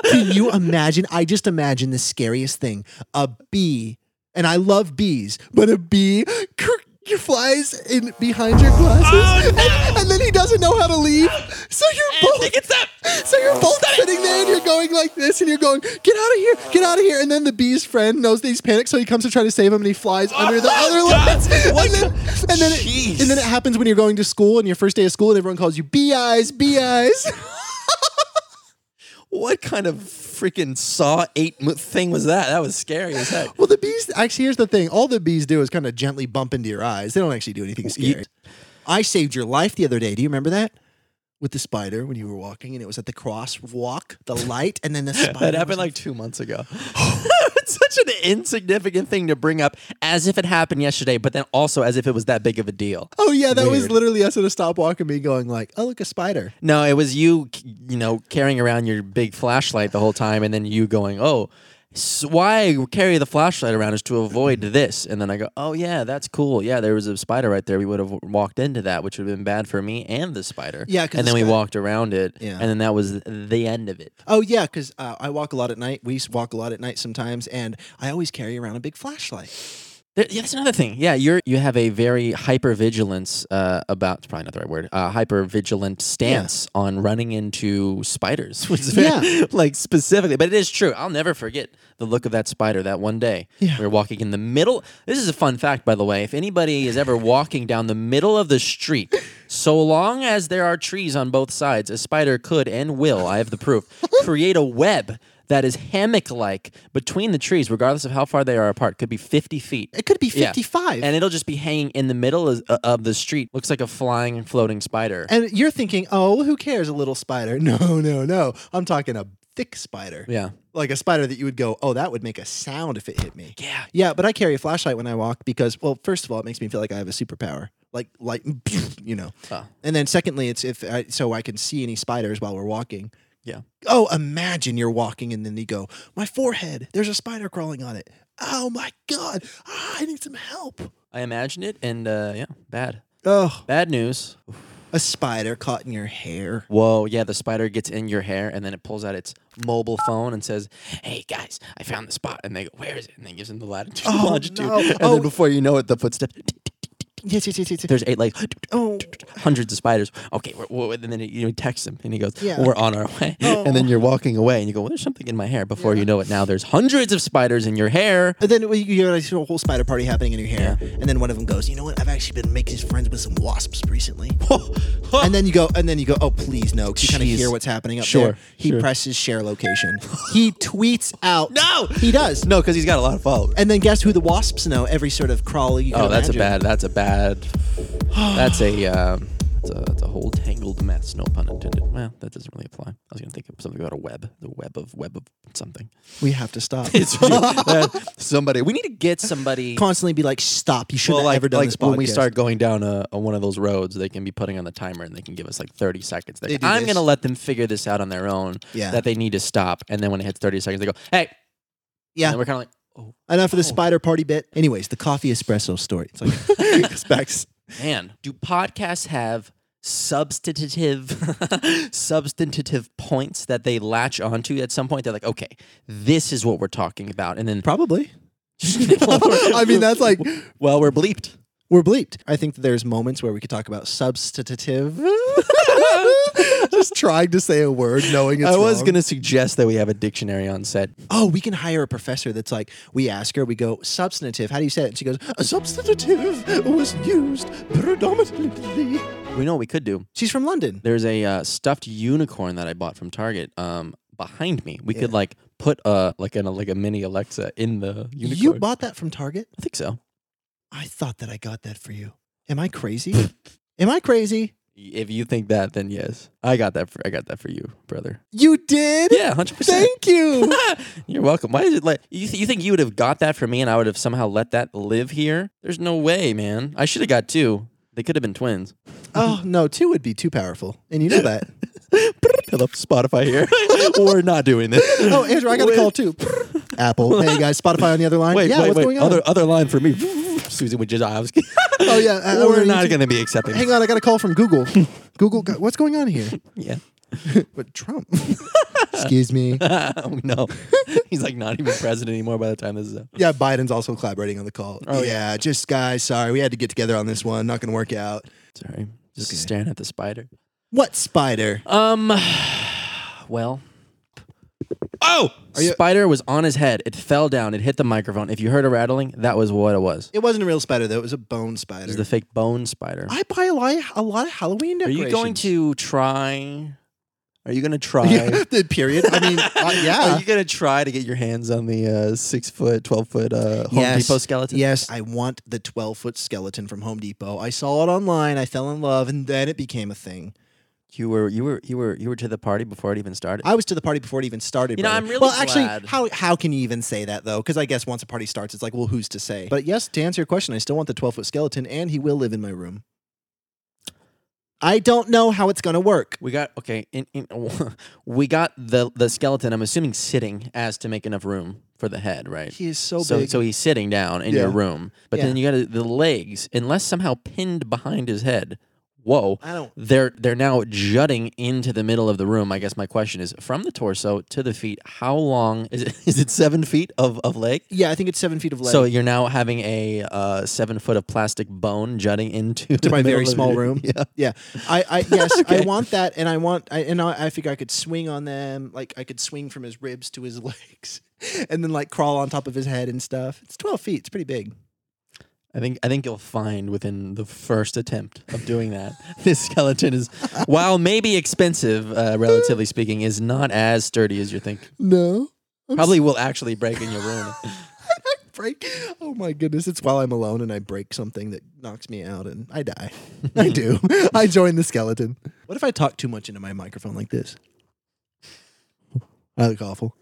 Speaker 3: Can you imagine? I just imagine the scariest thing: a bee. And I love bees, but a bee cr- flies in behind your glasses,
Speaker 2: Oh,
Speaker 3: and, and then he doesn't know how to leave. So you're both.
Speaker 2: It's up.
Speaker 3: So you're both sitting there and you're going like this and you're going, get out of here, get out of here. And then the bee's friend knows that he's panicked, so he comes to try to save him and he flies under the other lines.
Speaker 2: What
Speaker 3: And then,
Speaker 2: the-
Speaker 3: and, then
Speaker 2: Jeez.
Speaker 3: it, and then it happens when you're going to school and your first day of school and everyone calls you bee eyes, bee eyes.
Speaker 2: What kind of freaking saw eight mo- thing was that? That was scary as heck.
Speaker 3: well, the bees, actually, here's the thing all the bees do is kind of gently bump into your eyes. They don't actually do anything
Speaker 2: You-
Speaker 3: scary. I saved your life the other day. Do you remember that? With the spider when you were walking and it was at the crosswalk, the light, and then the spider.
Speaker 2: That happened
Speaker 3: was-
Speaker 2: like two months ago. it's such an insignificant thing to bring up as if it happened yesterday, but then also as if it was that big of a deal.
Speaker 3: Oh yeah, that was
Speaker 2: Weird.
Speaker 3: literally us at a stop walk and me going like, "Oh look, a spider."
Speaker 2: No, it was you, c- you know, carrying around your big flashlight the whole time, and then you going, "Oh, s why carry the flashlight around is to avoid this." And then I go, "Oh yeah, that's cool. Yeah, there was a spider right there. We would have w- walked into that, which would have been bad for me and the spider.
Speaker 3: Yeah, 'cause
Speaker 2: and
Speaker 3: the
Speaker 2: then we
Speaker 3: spider-
Speaker 2: walked around it,
Speaker 3: Yeah.
Speaker 2: and then that was the end of it.
Speaker 3: Oh yeah, because uh, I walk a lot at night. We s- walk a lot at night sometimes, and I always carry around a big flashlight.
Speaker 2: There, yeah, that's another thing. Yeah, you're you have a very hypervigilance uh, about it's probably not the right word. Uh, hypervigilant stance on running into spiders, which is very, like specifically. But it is true. I'll never forget the look of that spider that one day.
Speaker 3: Yeah.
Speaker 2: We were walking in the middle. This is a fun fact, by the way. If anybody is ever walking down the middle of the street, so long as there are trees on both sides, a spider could and will. I have the proof. create a web. That is hammock like between the trees, regardless of how far they are apart. Could be 50 feet.
Speaker 3: It could be
Speaker 2: Yeah.
Speaker 3: fifty-five.
Speaker 2: And it'll just be hanging in the middle of, uh, of the street. Looks like a flying, floating spider.
Speaker 3: And you're thinking, "Oh, who cares? A little spider?" No, no, no. I'm talking a thick spider,
Speaker 2: yeah.
Speaker 3: like a spider that you would go, "Oh, that would make a sound if it hit me."
Speaker 2: Yeah.
Speaker 3: Yeah, but I carry a flashlight when I walk because, well, first of all, it makes me feel like I have a superpower, like light, you know.
Speaker 2: Oh.
Speaker 3: And then secondly, it's if I, so I can see any spiders while we're walking.
Speaker 2: Yeah.
Speaker 3: Oh, imagine you're walking and then you go, my forehead, there's a spider crawling on it.
Speaker 5: oh my god, Ah, I need some help.
Speaker 2: I imagine it, and uh, yeah, bad,
Speaker 5: Oh,
Speaker 2: bad news.
Speaker 3: A spider caught in your hair.
Speaker 2: Whoa, yeah, the spider gets in your hair, and then it pulls out its mobile phone and says, "Hey guys, I found the spot." And they go, "Where is it?" And then gives them the latitude, and
Speaker 5: Oh,
Speaker 2: longitude,
Speaker 5: no.
Speaker 2: and
Speaker 5: Oh.
Speaker 2: then before you know it, the footsteps.
Speaker 5: yes, yes, yes, yes. yes.
Speaker 2: There's eight legs,
Speaker 5: Oh,
Speaker 2: hundreds of spiders. Okay, we're, we're- and then you text him, and he goes,
Speaker 5: Yeah. Oh.
Speaker 2: "We're on our way." And then you're walking away, and you go, well, "There's something in my hair." Before you know it, now there's hundreds of spiders in your hair.
Speaker 3: And then we- you get like, a whole spider party happening in your hair.
Speaker 2: Yeah.
Speaker 3: And then one of them goes, you know what? I've actually been making friends with some wasps recently. and then you go, and then you go, oh, please no. 'cause you kind of
Speaker 2: Jeez.
Speaker 3: hear what's happening up
Speaker 2: Sure,
Speaker 3: there. He
Speaker 2: sure.
Speaker 3: presses share location. he tweets out.
Speaker 2: No!
Speaker 3: He does.
Speaker 2: No, because he's got a lot of followers.
Speaker 3: And then guess who the wasps know? Every sort of crawly. You can
Speaker 2: Oh, that's a
Speaker 3: imagine.
Speaker 2: bad. That's a bad. That's a. Um, that's a, that's a whole tangled mess. No pun intended. Well, that doesn't really apply. I was gonna think of something about a web. The web of web of something.
Speaker 3: We have to stop.
Speaker 2: It's uh, somebody. We need to get somebody.
Speaker 3: Constantly be like, stop. You
Speaker 2: Well,
Speaker 3: shouldn't have
Speaker 2: like,
Speaker 3: ever done
Speaker 2: like
Speaker 3: this podcast.
Speaker 2: when we start going down a, a, one of those roads, they can be putting on the timer and they can give us like 30 seconds. Like,
Speaker 3: They do
Speaker 2: I'm
Speaker 3: this.
Speaker 2: going to let them figure this out on their own
Speaker 3: Yeah.
Speaker 2: that they need to stop. And then when it hits 30 seconds, they go, hey.
Speaker 3: Yeah.
Speaker 2: And we're kind of like, oh,
Speaker 3: Enough of the spider party bit. Anyways, the coffee espresso story. It's like it's back s-
Speaker 2: Man, do podcasts have substantive substantive points that they latch onto at some point? They're like, okay, this is what we're talking about, and then
Speaker 3: Probably. I mean, that's like
Speaker 2: well, we're bleeped.
Speaker 3: we're bleeped. I think that there's moments where we could talk about substantive. Just trying to say a word, knowing it's
Speaker 2: I was
Speaker 3: wrong.
Speaker 2: gonna suggest that we have a dictionary on set.
Speaker 3: Oh, we can hire a professor that's like, we ask her, we go, substantive, how do you say it? And she goes, a substantive was used predominantly.
Speaker 2: We know what we could do.
Speaker 3: She's from London.
Speaker 2: There's a uh, stuffed unicorn that I bought from Target um, behind me. We could like put a like an like a mini Alexa in the unicorn.
Speaker 3: You bought that from Target?
Speaker 2: I think so.
Speaker 3: I thought that I got that for you. Am I crazy? Am I crazy?
Speaker 2: If you think that, then yes, I got that for I got that for you, brother.
Speaker 3: You did?
Speaker 2: Yeah, hundred percent.
Speaker 3: Thank you.
Speaker 2: You're welcome. Why is it like you? Th- you think you would have got that for me, and I would have somehow let that live here? There's no way, man. I should have got two. They could have been twins.
Speaker 3: oh, no, two would be too powerful. And you know that.
Speaker 2: Hello, Spotify here. We're not doing this.
Speaker 3: Oh, Andrew, I got a call too. Apple. Hey, guys, Spotify on the other line.
Speaker 2: Wait,
Speaker 3: yeah,
Speaker 2: wait,
Speaker 3: what's
Speaker 2: wait.
Speaker 3: going on?
Speaker 2: Other other line for me, Susan Wojciechowski.
Speaker 3: oh, yeah. uh,
Speaker 2: We're
Speaker 3: gonna
Speaker 2: not
Speaker 3: use-
Speaker 2: going to be accepting.
Speaker 3: Hang on, I got a call from Google. Google, got- what's going on here?
Speaker 2: Yeah.
Speaker 3: But Trump. Excuse me.
Speaker 2: oh no. He's like not even president anymore by the time this is up.
Speaker 3: Yeah, Biden's also collaborating on the call. Oh, yeah, just guys, sorry, we had to get together on this one. Not going to work out.
Speaker 2: Sorry, just staring at the spider.
Speaker 3: What spider?
Speaker 2: Um. Well. Oh!
Speaker 3: you-
Speaker 2: Spider was on his head. It fell down. It hit the microphone. If you heard a rattling, that was what it was.
Speaker 3: It wasn't a real spider, though. It was a bone
Speaker 2: It was
Speaker 3: spider.
Speaker 2: the fake bone spider.
Speaker 3: I buy a lot, a lot of Halloween
Speaker 2: Are
Speaker 3: decorations.
Speaker 2: you going to try? Are you going to try?
Speaker 3: Yeah, the period. I mean, uh, yeah.
Speaker 2: Are you going to try to get your hands on the uh, six foot, 12 foot uh, Home
Speaker 3: Yes.
Speaker 2: Depot skeleton?
Speaker 3: Yes, I want the 12 foot skeleton from Home Depot. I saw it online. I fell in love, and then it became a thing.
Speaker 2: You were, you were, you were, you were to the party before it even started.
Speaker 3: I was to the party before it even started.
Speaker 2: You know,
Speaker 3: brother.
Speaker 2: I'm really
Speaker 3: well. Actually,
Speaker 2: glad.
Speaker 3: how how can you even say that though? Because I guess once a party starts, it's like, well, who's to say? But yes, to answer your question, I still want the 12 foot skeleton, and he will live in my room. I don't know how it's gonna work.
Speaker 2: we got okay. In, in, we got the the skeleton. I'm assuming sitting as to make enough room for the head, right?
Speaker 3: He is so,
Speaker 2: so,
Speaker 3: big.
Speaker 2: so he's sitting down in your
Speaker 3: Yeah.
Speaker 2: room, but then you got the legs, unless somehow pinned behind his head. Whoa,
Speaker 3: I don't.
Speaker 2: they're they're now jutting into the middle of the room. I guess my question is, from the torso to the feet, how long is it? Is it seven feet of of leg?
Speaker 3: Yeah, I think it's seven feet of leg.
Speaker 2: So you're now having a uh, seven foot of plastic bone jutting into the
Speaker 3: my
Speaker 2: middle
Speaker 3: very
Speaker 2: of
Speaker 3: small
Speaker 2: your-
Speaker 3: room.
Speaker 2: Yeah,
Speaker 3: yeah, I, I yes,
Speaker 2: Okay.
Speaker 3: I want that, and I want, I, and I, I figure I could swing on them, like I could swing from his ribs to his legs, and then like crawl on top of his head and stuff. It's twelve feet. It's pretty big.
Speaker 2: I think I think you'll find within the first attempt of doing that, this skeleton is, while maybe expensive, uh, relatively speaking, is not as sturdy as you're thinking.
Speaker 3: No,
Speaker 2: Probably will actually break in your room.
Speaker 3: break. Oh my goodness! It's while I'm alone and I break something that knocks me out and I die. I do. I join the skeleton. What if I talk too much into my microphone like this? I look awful.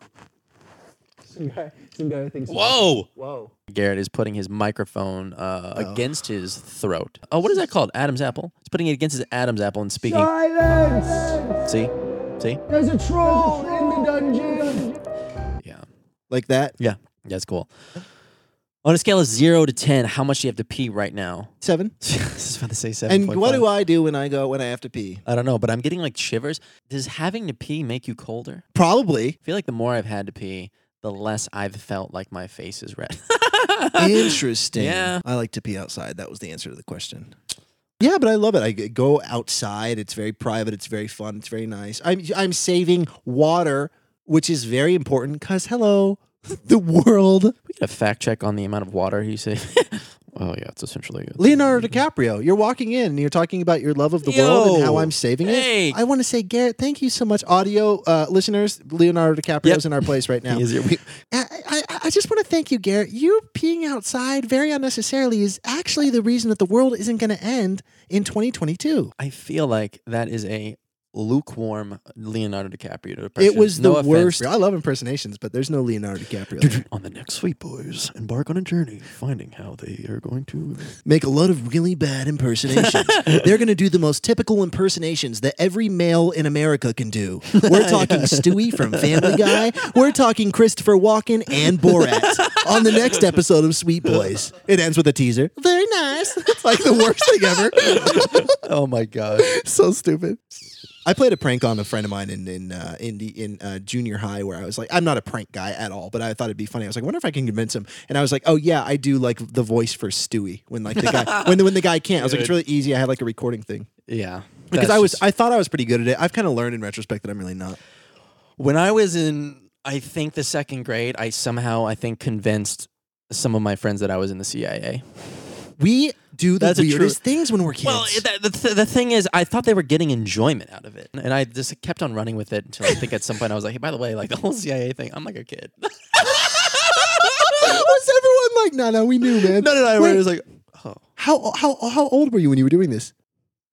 Speaker 2: Whoa! Whoa! Garrett is putting his microphone uh,
Speaker 3: Oh.
Speaker 2: against his throat. Oh, what is that called? Adam's apple. He's putting it against his Adam's apple and speaking.
Speaker 7: Silence!
Speaker 2: See, see.
Speaker 7: There's a troll in the dungeon!
Speaker 2: Yeah,
Speaker 3: Like that?
Speaker 2: yeah. That's cool. On a scale of zero to ten, how much do you have to pee right now?
Speaker 3: Seven.
Speaker 2: I was just about to say seven.
Speaker 3: And what do I do when I go when I have to pee?
Speaker 2: I don't know, but I'm getting like shivers. Does having to pee make you colder?
Speaker 3: Probably.
Speaker 2: I feel like the more I've had to pee, the less I've felt like my face is red.
Speaker 3: Interesting.
Speaker 2: Yeah.
Speaker 3: I like to pee outside. That was the answer to the question. Yeah, but I love it. I g- go outside. It's very private. It's very fun. It's very nice. I'm I'm saving water, which is very important because hello, the world.
Speaker 2: we get a fact check on the amount of water you say. oh yeah, it's essentially it.
Speaker 3: Leonardo DiCaprio, you're walking in and you're talking about your love of the world and how
Speaker 2: Yo.
Speaker 3: I'm saving
Speaker 2: Hey.
Speaker 3: it. I want to say, Garrett, thank you so much, audio uh, listeners. Leonardo DiCaprio's
Speaker 2: Yep.
Speaker 3: in our place right now.
Speaker 2: Is it- we-
Speaker 3: I, I, I just want to thank you, Garrett. You peeing outside very unnecessarily is actually the reason that the world isn't going to end in 2022.
Speaker 2: I feel like that is a lukewarm Leonardo DiCaprio impression.
Speaker 3: It was the
Speaker 2: No offense.
Speaker 3: worst. I love impersonations, but there's no Leonardo DiCaprio. there.
Speaker 2: On the next Sweet Boys, embark on a journey, finding how they are going to.
Speaker 3: Make a lot of really bad impersonations. They're going to do the most typical impersonations that every male in America can do. We're talking Stewie from Family Guy. We're talking Christopher Walken and Borat on the next episode of Sweet Boys. It ends with a teaser.
Speaker 6: Very nice.
Speaker 3: It's like the worst thing ever.
Speaker 2: Oh my god!
Speaker 3: so stupid. I played a prank on a friend of mine in in uh, in, the, in uh, junior high where I was like, I'm not a prank guy at all, but I thought it'd be funny. I was like, I wonder if I can convince him. And I was like, Oh yeah, I do like the voice for Stewie when like the guy when when the guy can't. I was like, It's really easy. I had like a recording thing
Speaker 2: Yeah,
Speaker 3: because
Speaker 2: that's
Speaker 3: I was
Speaker 2: just-
Speaker 3: I thought I was pretty good at it. I've kind of learned in retrospect that I'm really not.
Speaker 2: when I was in, I think the second grade, I somehow I think convinced some of my friends that I was in the CIA.
Speaker 3: We do the
Speaker 2: That's a true-
Speaker 3: weirdest things when we're kids.
Speaker 2: Well, the, the, th- the thing is, I thought they were getting enjoyment out of it, and I just kept on running with it until I think at some point I was like, "Hey, by the way, like the whole CIA thing, I'm like a kid." no,
Speaker 3: was everyone like, No, no, we knew, man.
Speaker 2: no, no. I
Speaker 3: Wait,
Speaker 2: was like, "Oh,
Speaker 3: how how how old were you when you were doing this?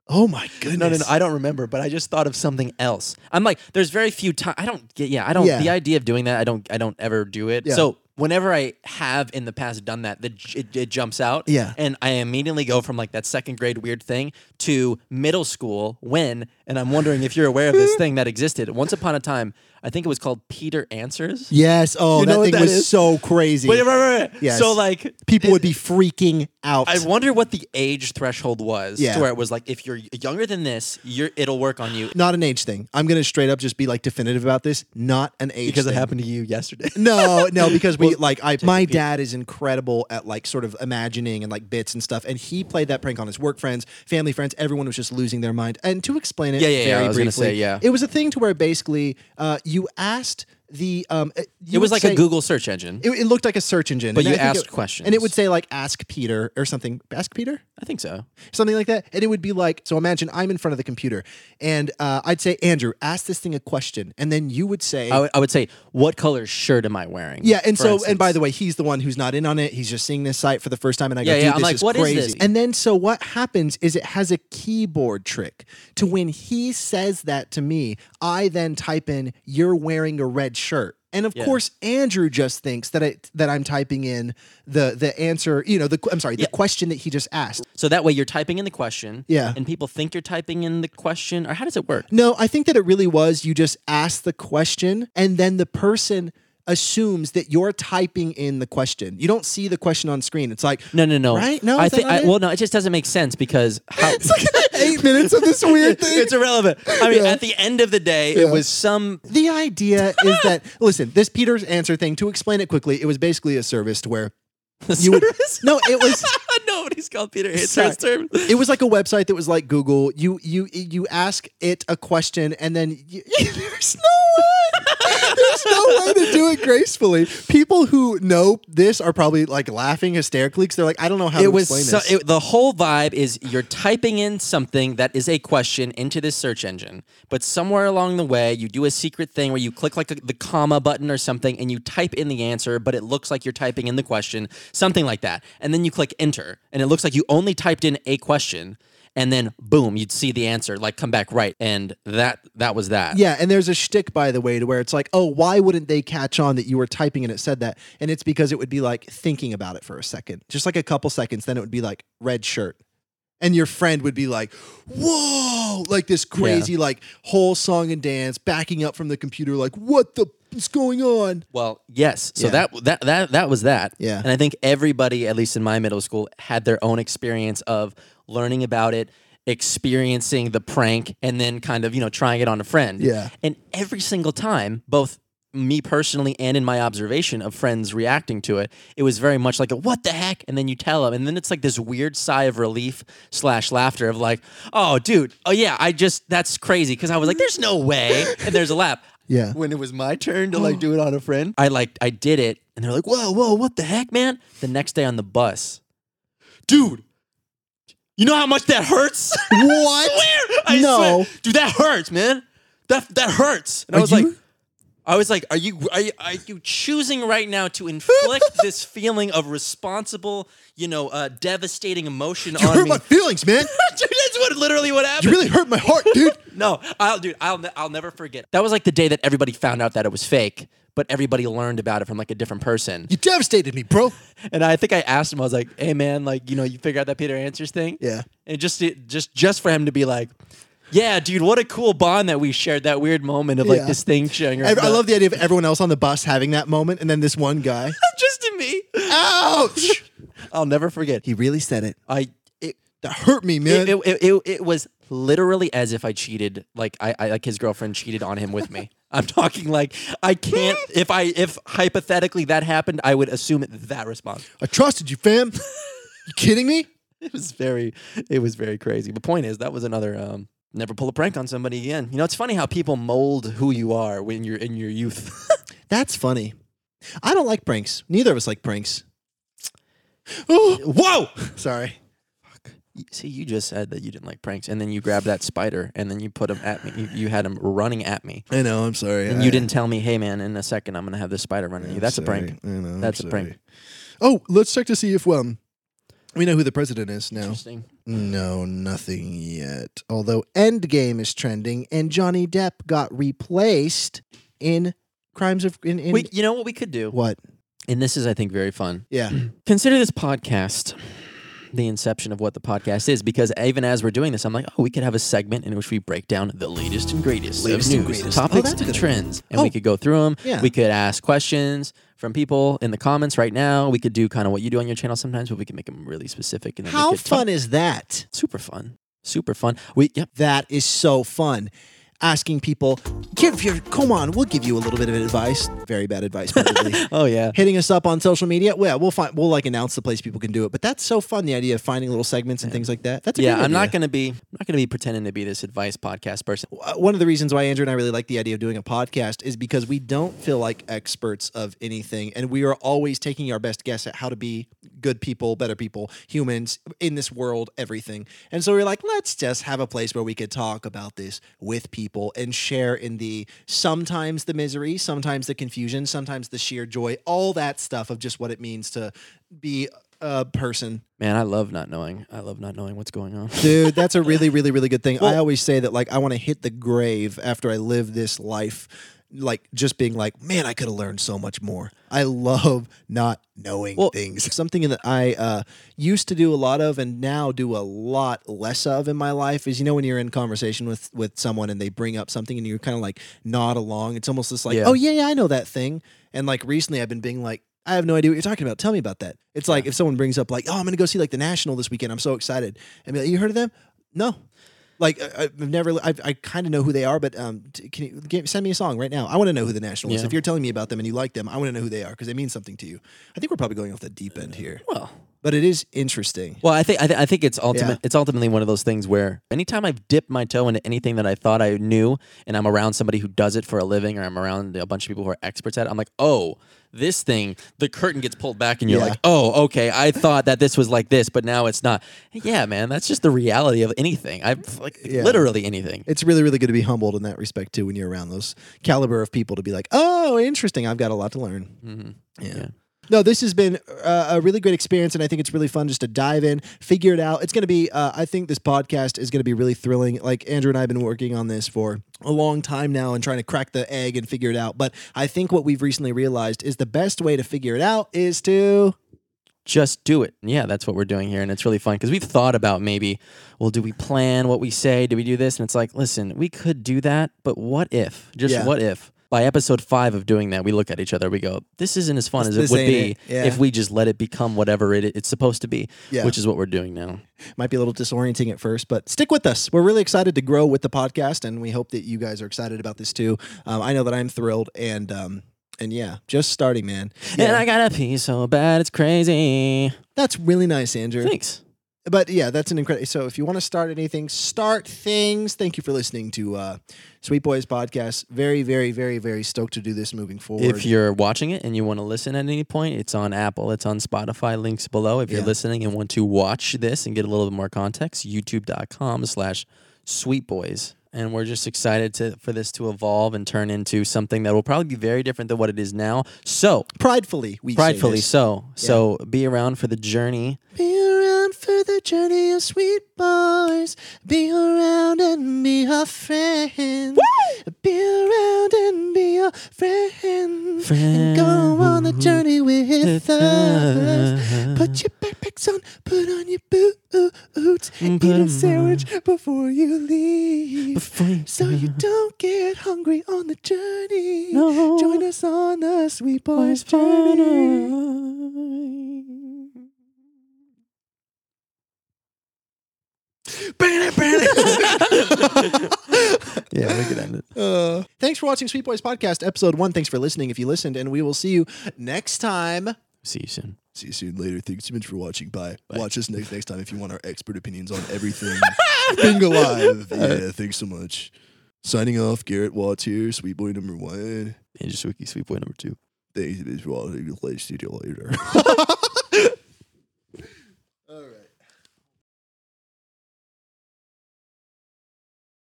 Speaker 3: Oh my goodness!
Speaker 2: No, no, no. I don't remember, but I just thought of something else. I'm like, there's very few times. I don't get. Yeah, I don't.
Speaker 3: Yeah.
Speaker 2: The idea of doing that, I don't. I don't ever do it.
Speaker 3: Yeah.
Speaker 2: So whenever I have in the past done that, the, j- it, it jumps out.
Speaker 3: Yeah.
Speaker 2: and I immediately go from like that second grade weird thing to middle school when, and I'm wondering if you're aware of this thing that existed once upon a time. I think it was called Peter Answers.
Speaker 3: Yes. Oh,
Speaker 2: You know
Speaker 3: that
Speaker 2: what
Speaker 3: thing
Speaker 2: that
Speaker 3: was
Speaker 2: is?
Speaker 3: so crazy.
Speaker 2: Wait, right, right, right.
Speaker 3: Yes.
Speaker 2: So like
Speaker 3: People would be freaking out.
Speaker 2: I wonder what the age threshold was
Speaker 3: Yeah.
Speaker 2: to where it was like if you're younger than this, you're it'll work on you.
Speaker 3: Not an age thing. I'm gonna straight up just be like definitive about this. Not an age
Speaker 2: Because it
Speaker 3: thing.
Speaker 2: happened to you yesterday.
Speaker 3: No, no, because we like I my dad is incredible at like sort of imagining and like bits and stuff, and he played that prank on his work friends, family friends. Everyone was just losing their mind. And to explain it,
Speaker 2: Yeah, yeah, yeah,
Speaker 3: very
Speaker 2: I was gonna
Speaker 3: briefly,
Speaker 2: say, yeah.
Speaker 3: it was a thing to where basically uh, you asked the um, uh,
Speaker 2: it
Speaker 3: you
Speaker 2: was
Speaker 3: would
Speaker 2: like
Speaker 3: say-
Speaker 2: a Google search engine.
Speaker 3: It, it looked like a search engine,
Speaker 2: But
Speaker 3: and
Speaker 2: you
Speaker 3: I think
Speaker 2: asked
Speaker 3: it-
Speaker 2: questions.
Speaker 3: and it would say like ask Peter or something. Ask Peter.
Speaker 2: I think so.
Speaker 3: something like that. And it would be like, so imagine I'm in front of the computer and uh, I'd say, Andrew, ask this thing a question. And then you would say,
Speaker 2: I would- I would say, what color shirt am I wearing?
Speaker 3: yeah, and
Speaker 2: Oh, for
Speaker 3: so
Speaker 2: instance.
Speaker 3: and by the way, he's the one who's not in on it. He's just seeing this site for the first time, and I go,
Speaker 2: Yeah,
Speaker 3: "Dude,
Speaker 2: yeah,
Speaker 3: this
Speaker 2: I'm like,
Speaker 3: is
Speaker 2: "What is
Speaker 3: crazy."
Speaker 2: this?
Speaker 3: And then so what happens is it has a keyboard trick to when he says that to me, I then type in, "You're wearing a red shirt." And of
Speaker 2: Yeah.
Speaker 3: course, Andrew just thinks that I that I'm typing in the the answer, you know, the I'm sorry, the question that he just asked.
Speaker 2: so that way you're typing in the question.
Speaker 3: Yeah.
Speaker 2: and people think you're typing in the question, or how does it work?
Speaker 3: No, I think that it really was you just ask the question and then the person assumes that you're typing in the question. You don't see the question on screen. It's like
Speaker 2: No, no, no.
Speaker 3: Right? No,
Speaker 2: I
Speaker 3: is that
Speaker 2: think.
Speaker 3: not
Speaker 2: I-
Speaker 3: it?
Speaker 2: Well, no, it just doesn't make sense because how.
Speaker 3: eight minutes of this weird thing.
Speaker 2: it's irrelevant. I mean, at the end of the day, it was some.
Speaker 3: The idea is that listen, this Peter's answer thing, to explain it quickly, it was basically a service to where you would No, it was
Speaker 2: Nobody's called Peter
Speaker 3: Sorry.
Speaker 2: Answers term.
Speaker 3: it was like a website that was like Google. You you you ask it a question and then you, there's no way. There's no way to do it gracefully. People who know this are probably like laughing hysterically because they're like, I don't know how
Speaker 2: It
Speaker 3: to
Speaker 2: was
Speaker 3: explain
Speaker 2: so,
Speaker 3: this.
Speaker 2: it, the whole vibe is you're typing in something that is a question into this search engine, but somewhere along the way you do a secret thing where you click like a, the comma button or something and you type in the answer, but it looks like you're typing in the question, something like that, and then you click enter, and it looks like you only typed in a question, and then boom, you'd see the answer like come back right, and that that was that.
Speaker 3: yeah, and there's a shtick by the way to where it's like, oh, why wouldn't they catch on that you were typing and it said that? And it's because it would be like thinking about it for a second, just like a couple seconds. Then it would be like red shirt, and your friend would be like, "Whoa!" Like this crazy, like whole song and dance, backing up from the computer, like, "What the is going on?
Speaker 2: Well, yes. So
Speaker 3: Yeah.
Speaker 2: that that that that was that.
Speaker 3: Yeah.
Speaker 2: And I think everybody, at least in my middle school, had their own experience of learning about it, experiencing the prank, and then kind of you know trying it on a friend.
Speaker 3: Yeah.
Speaker 2: And every single time, both me personally and in my observation of friends reacting to it, it was very much like a "What the heck?" and then you tell them, and then it's like this weird sigh of relief slash laughter of like, "Oh, dude, oh yeah, I just that's crazy," because I was like, "There's no way," and there's a laugh.
Speaker 3: Yeah.
Speaker 2: When it was my turn to like do it on a friend, I like I did it, and they're like, "Whoa, whoa, what the heck, man?" The next day on the bus, dude. You know how much that hurts?
Speaker 3: What?
Speaker 2: swear, I
Speaker 3: No.
Speaker 2: swear. dude, that hurts, man. That that hurts. And I
Speaker 3: Are
Speaker 2: was like,
Speaker 3: you-
Speaker 2: I was like, are you are you, are you choosing right now to inflict this feeling of responsible, you know, uh, devastating emotion
Speaker 3: You
Speaker 2: on
Speaker 3: hurt
Speaker 2: me?
Speaker 3: my feelings, man.
Speaker 2: Dude, that's what literally what happened.
Speaker 3: You really hurt my heart, dude.
Speaker 2: No, I'll dude, I'll ne- I'll never forget. That was like the day that everybody found out that it was fake, but everybody learned about it from like a different person.
Speaker 3: You devastated me, bro.
Speaker 2: And I think I asked him, I was like, "Hey man, like you know, you figure out that Peter Answers thing?"
Speaker 3: Yeah.
Speaker 2: And just it, just just for him to be like, "Yeah, dude, what a cool bond that we shared. That weird moment of like
Speaker 3: Yeah.
Speaker 2: this thing sharing."
Speaker 3: I, I love the idea of everyone else on the bus having that moment, and then this one guy.
Speaker 2: just to me.
Speaker 3: Ouch!
Speaker 2: I'll never forget.
Speaker 3: He really said it.
Speaker 2: I it,
Speaker 3: That hurt me, man.
Speaker 2: it, it, it, it, it was literally as if I cheated. Like I, I like his girlfriend cheated on him with me. I'm talking like I can't. If I if hypothetically that happened, I would assume that response.
Speaker 3: I trusted you, fam. you kidding me?
Speaker 2: It was very it was very crazy. But point is, that was another um, never pull a prank on somebody again. You know, it's funny how people mold who you are when you're in your youth.
Speaker 3: That's funny. I don't like pranks. Neither of us like pranks.
Speaker 2: Whoa!
Speaker 3: Sorry.
Speaker 2: See, you just said that you didn't like pranks, and then you grabbed that spider, and then you put him at me. You, you had him running at me.
Speaker 3: I know. I'm sorry.
Speaker 2: And you didn't tell me, hey man, in a second I'm gonna have this spider running at you. That's a prank.
Speaker 3: I know, I'm
Speaker 2: That's a prank.
Speaker 3: sorry. Oh, let's check to see if um, we know who the president is now.
Speaker 2: Interesting.
Speaker 3: No, nothing yet. Although Endgame is trending, and Johnny Depp got replaced in Crimes of in, in
Speaker 2: We, you know what we could do?
Speaker 3: what?
Speaker 2: And this is, I think, very fun.
Speaker 3: Yeah,
Speaker 2: Consider this podcast the inception of what the podcast is, because even as we're doing this, I'm like, oh, we could have a segment in which we break down the latest and greatest
Speaker 3: Latest
Speaker 2: of
Speaker 3: and
Speaker 2: news,
Speaker 3: greatest. Oh,
Speaker 2: topics,
Speaker 3: that's a
Speaker 2: and
Speaker 3: good one.
Speaker 2: trends, and we
Speaker 3: Oh.
Speaker 2: could go through them.
Speaker 3: Yeah.
Speaker 2: We could ask questions from people in the comments right now. We could do kind of what you do on your channel sometimes, but we can make them really specific. And then we
Speaker 3: how
Speaker 2: could talk-
Speaker 3: fun is that?
Speaker 2: Super fun. Super fun. We yep.
Speaker 3: That is so fun. Asking people, give your come on, we'll give you a little bit of advice. Very bad advice, probably.
Speaker 2: Oh yeah.
Speaker 3: Hitting us up on social media. Yeah, we'll find we'll like announce the place people can do it. But that's so fun, the idea of finding little segments and things like that. That's a
Speaker 2: yeah,
Speaker 3: great
Speaker 2: I'm not
Speaker 3: idea.
Speaker 2: gonna be I'm not gonna be pretending to be this advice podcast person.
Speaker 3: Uh, one of the reasons why Andrew and I really like the idea of doing a podcast is because we don't feel like experts of anything, and we are always taking our best guess at how to be good people, better people, humans in this world, everything. And so we are like, let's just have a place where we could talk about this with people and share in the sometimes the misery, sometimes the confusion, sometimes the sheer joy, all that stuff of just what it means to be a person
Speaker 2: Man, I love not knowing. I love not knowing what's going on.
Speaker 3: Dude, that's a really, really, really good thing. I always say that, like, I want to hit the grave after I live this life, like, just being like, man, I could have learned so much more. I love not knowing
Speaker 2: Well-
Speaker 3: things. Something that I uh, used to do a lot of and now do a lot less of in my life is, you know, when you're in conversation with with someone and they bring up something and you're kind of like nod along. It's almost just like,
Speaker 2: Yeah.
Speaker 3: oh yeah, yeah, I know that thing. And like recently, I've been being like. I have no idea what you're talking about. Tell me about that. It's like if someone brings up like, "Oh, I'm going to go see like the National this weekend. I'm so excited." And be like, "You heard of them? No. Like I, I've never. I, I kind of know who they are, but um, t- can you give, send me a song right now? I want to know who the National is.
Speaker 2: Yeah.
Speaker 3: If you're telling me about them and you like them, I want to know who they are because they mean something to you. I think we're probably going off the deep end here,
Speaker 2: Well,
Speaker 3: but it is interesting.
Speaker 2: Well, I think I, th- I think it's ultimate.
Speaker 3: Yeah.
Speaker 2: It's ultimately one of those things where anytime I've dipped my toe into anything that I thought I knew, and I'm around somebody who does it for a living, or I'm around a bunch of people who are experts at it, I'm like, oh, this thing. The curtain gets pulled back, and you're
Speaker 3: Yeah.
Speaker 2: like, oh, okay. I thought that this was like this, but now it's not. Yeah, man, that's just the reality of anything. I've like
Speaker 3: Yeah.
Speaker 2: literally anything.
Speaker 3: It's really, really good to be humbled in that respect too when you're around those caliber of people to be like, "Oh, interesting. I've got a lot to learn."
Speaker 2: Mhm.
Speaker 3: Yeah.
Speaker 2: Yeah.
Speaker 3: No, this has been uh, a really great experience, and I think it's really fun just to dive in, figure it out. It's going to be, uh, I think this podcast is going to be really thrilling. Like Andrew and I have been working on this for a long time now and trying to crack the egg and figure it out. But I think what we've recently realized is the best way to figure it out is to.
Speaker 2: just do it. Yeah, that's what we're doing here, and it's really fun because we've thought about maybe, well, do we plan what we say? Do we do this? And it's like, listen, we could do that, but what if? Just
Speaker 3: Yeah.
Speaker 2: what if? By episode five of doing that, we look at each other. We go, "This isn't as fun as it
Speaker 3: this
Speaker 2: would
Speaker 3: ain't
Speaker 2: be
Speaker 3: it." Yeah.
Speaker 2: if we just let it become whatever it, it's supposed to be,"
Speaker 3: Yeah.
Speaker 2: which is what we're doing now.
Speaker 3: Might be a little disorienting at first, but stick with us. We're really excited to grow with the podcast, and we hope that you guys are excited about this too. Um, I know that I'm thrilled, and um, and yeah, just starting, man.
Speaker 2: And
Speaker 3: Yeah,
Speaker 2: I got a pee so bad it's crazy.
Speaker 3: that's really nice, Andrew.
Speaker 2: Thanks.
Speaker 3: But yeah, that's an incredible. So if you want to start anything, start things. Thank you for listening to uh, Sweet Boys Podcast. Very, very, very, very stoked to do this moving forward.
Speaker 2: If you're watching it and you want to listen at any point, it's on Apple, it's on Spotify, links below. If you're
Speaker 3: Yeah.
Speaker 2: listening and want to watch this and get a little bit more context, youtube.com slash sweet boys. And we're just excited to, for this to evolve and turn into something that will probably be very different than what it is now. So,
Speaker 3: pridefully, we say
Speaker 2: pridefully
Speaker 3: this.
Speaker 2: so. So, be around for the journey.
Speaker 3: Be around for the journey of sweet boys. Be around and be our friend. Be around and be our friend. And go on the journey with us. Put your backpacks on, put on your boots. Eat a sandwich before you leave. so you don't get hungry on the journey. Join us on the Sweet Boys journey.
Speaker 2: Yeah, we could end it.
Speaker 3: Uh, thanks for watching Sweet Boys Podcast, episode one. Thanks for listening if you listened, and we will see you next time.
Speaker 2: See you soon.
Speaker 3: See you soon later. Thanks so much for watching. Bye. Watch us next next time if you want our expert opinions on everything. Bingo Live. Yeah, thanks so much. Signing off, Garrett Watts here, Sweet Boy number one.
Speaker 2: And just Wiki Sweet Boy number two.
Speaker 3: Thanks for watching. Let's see you later.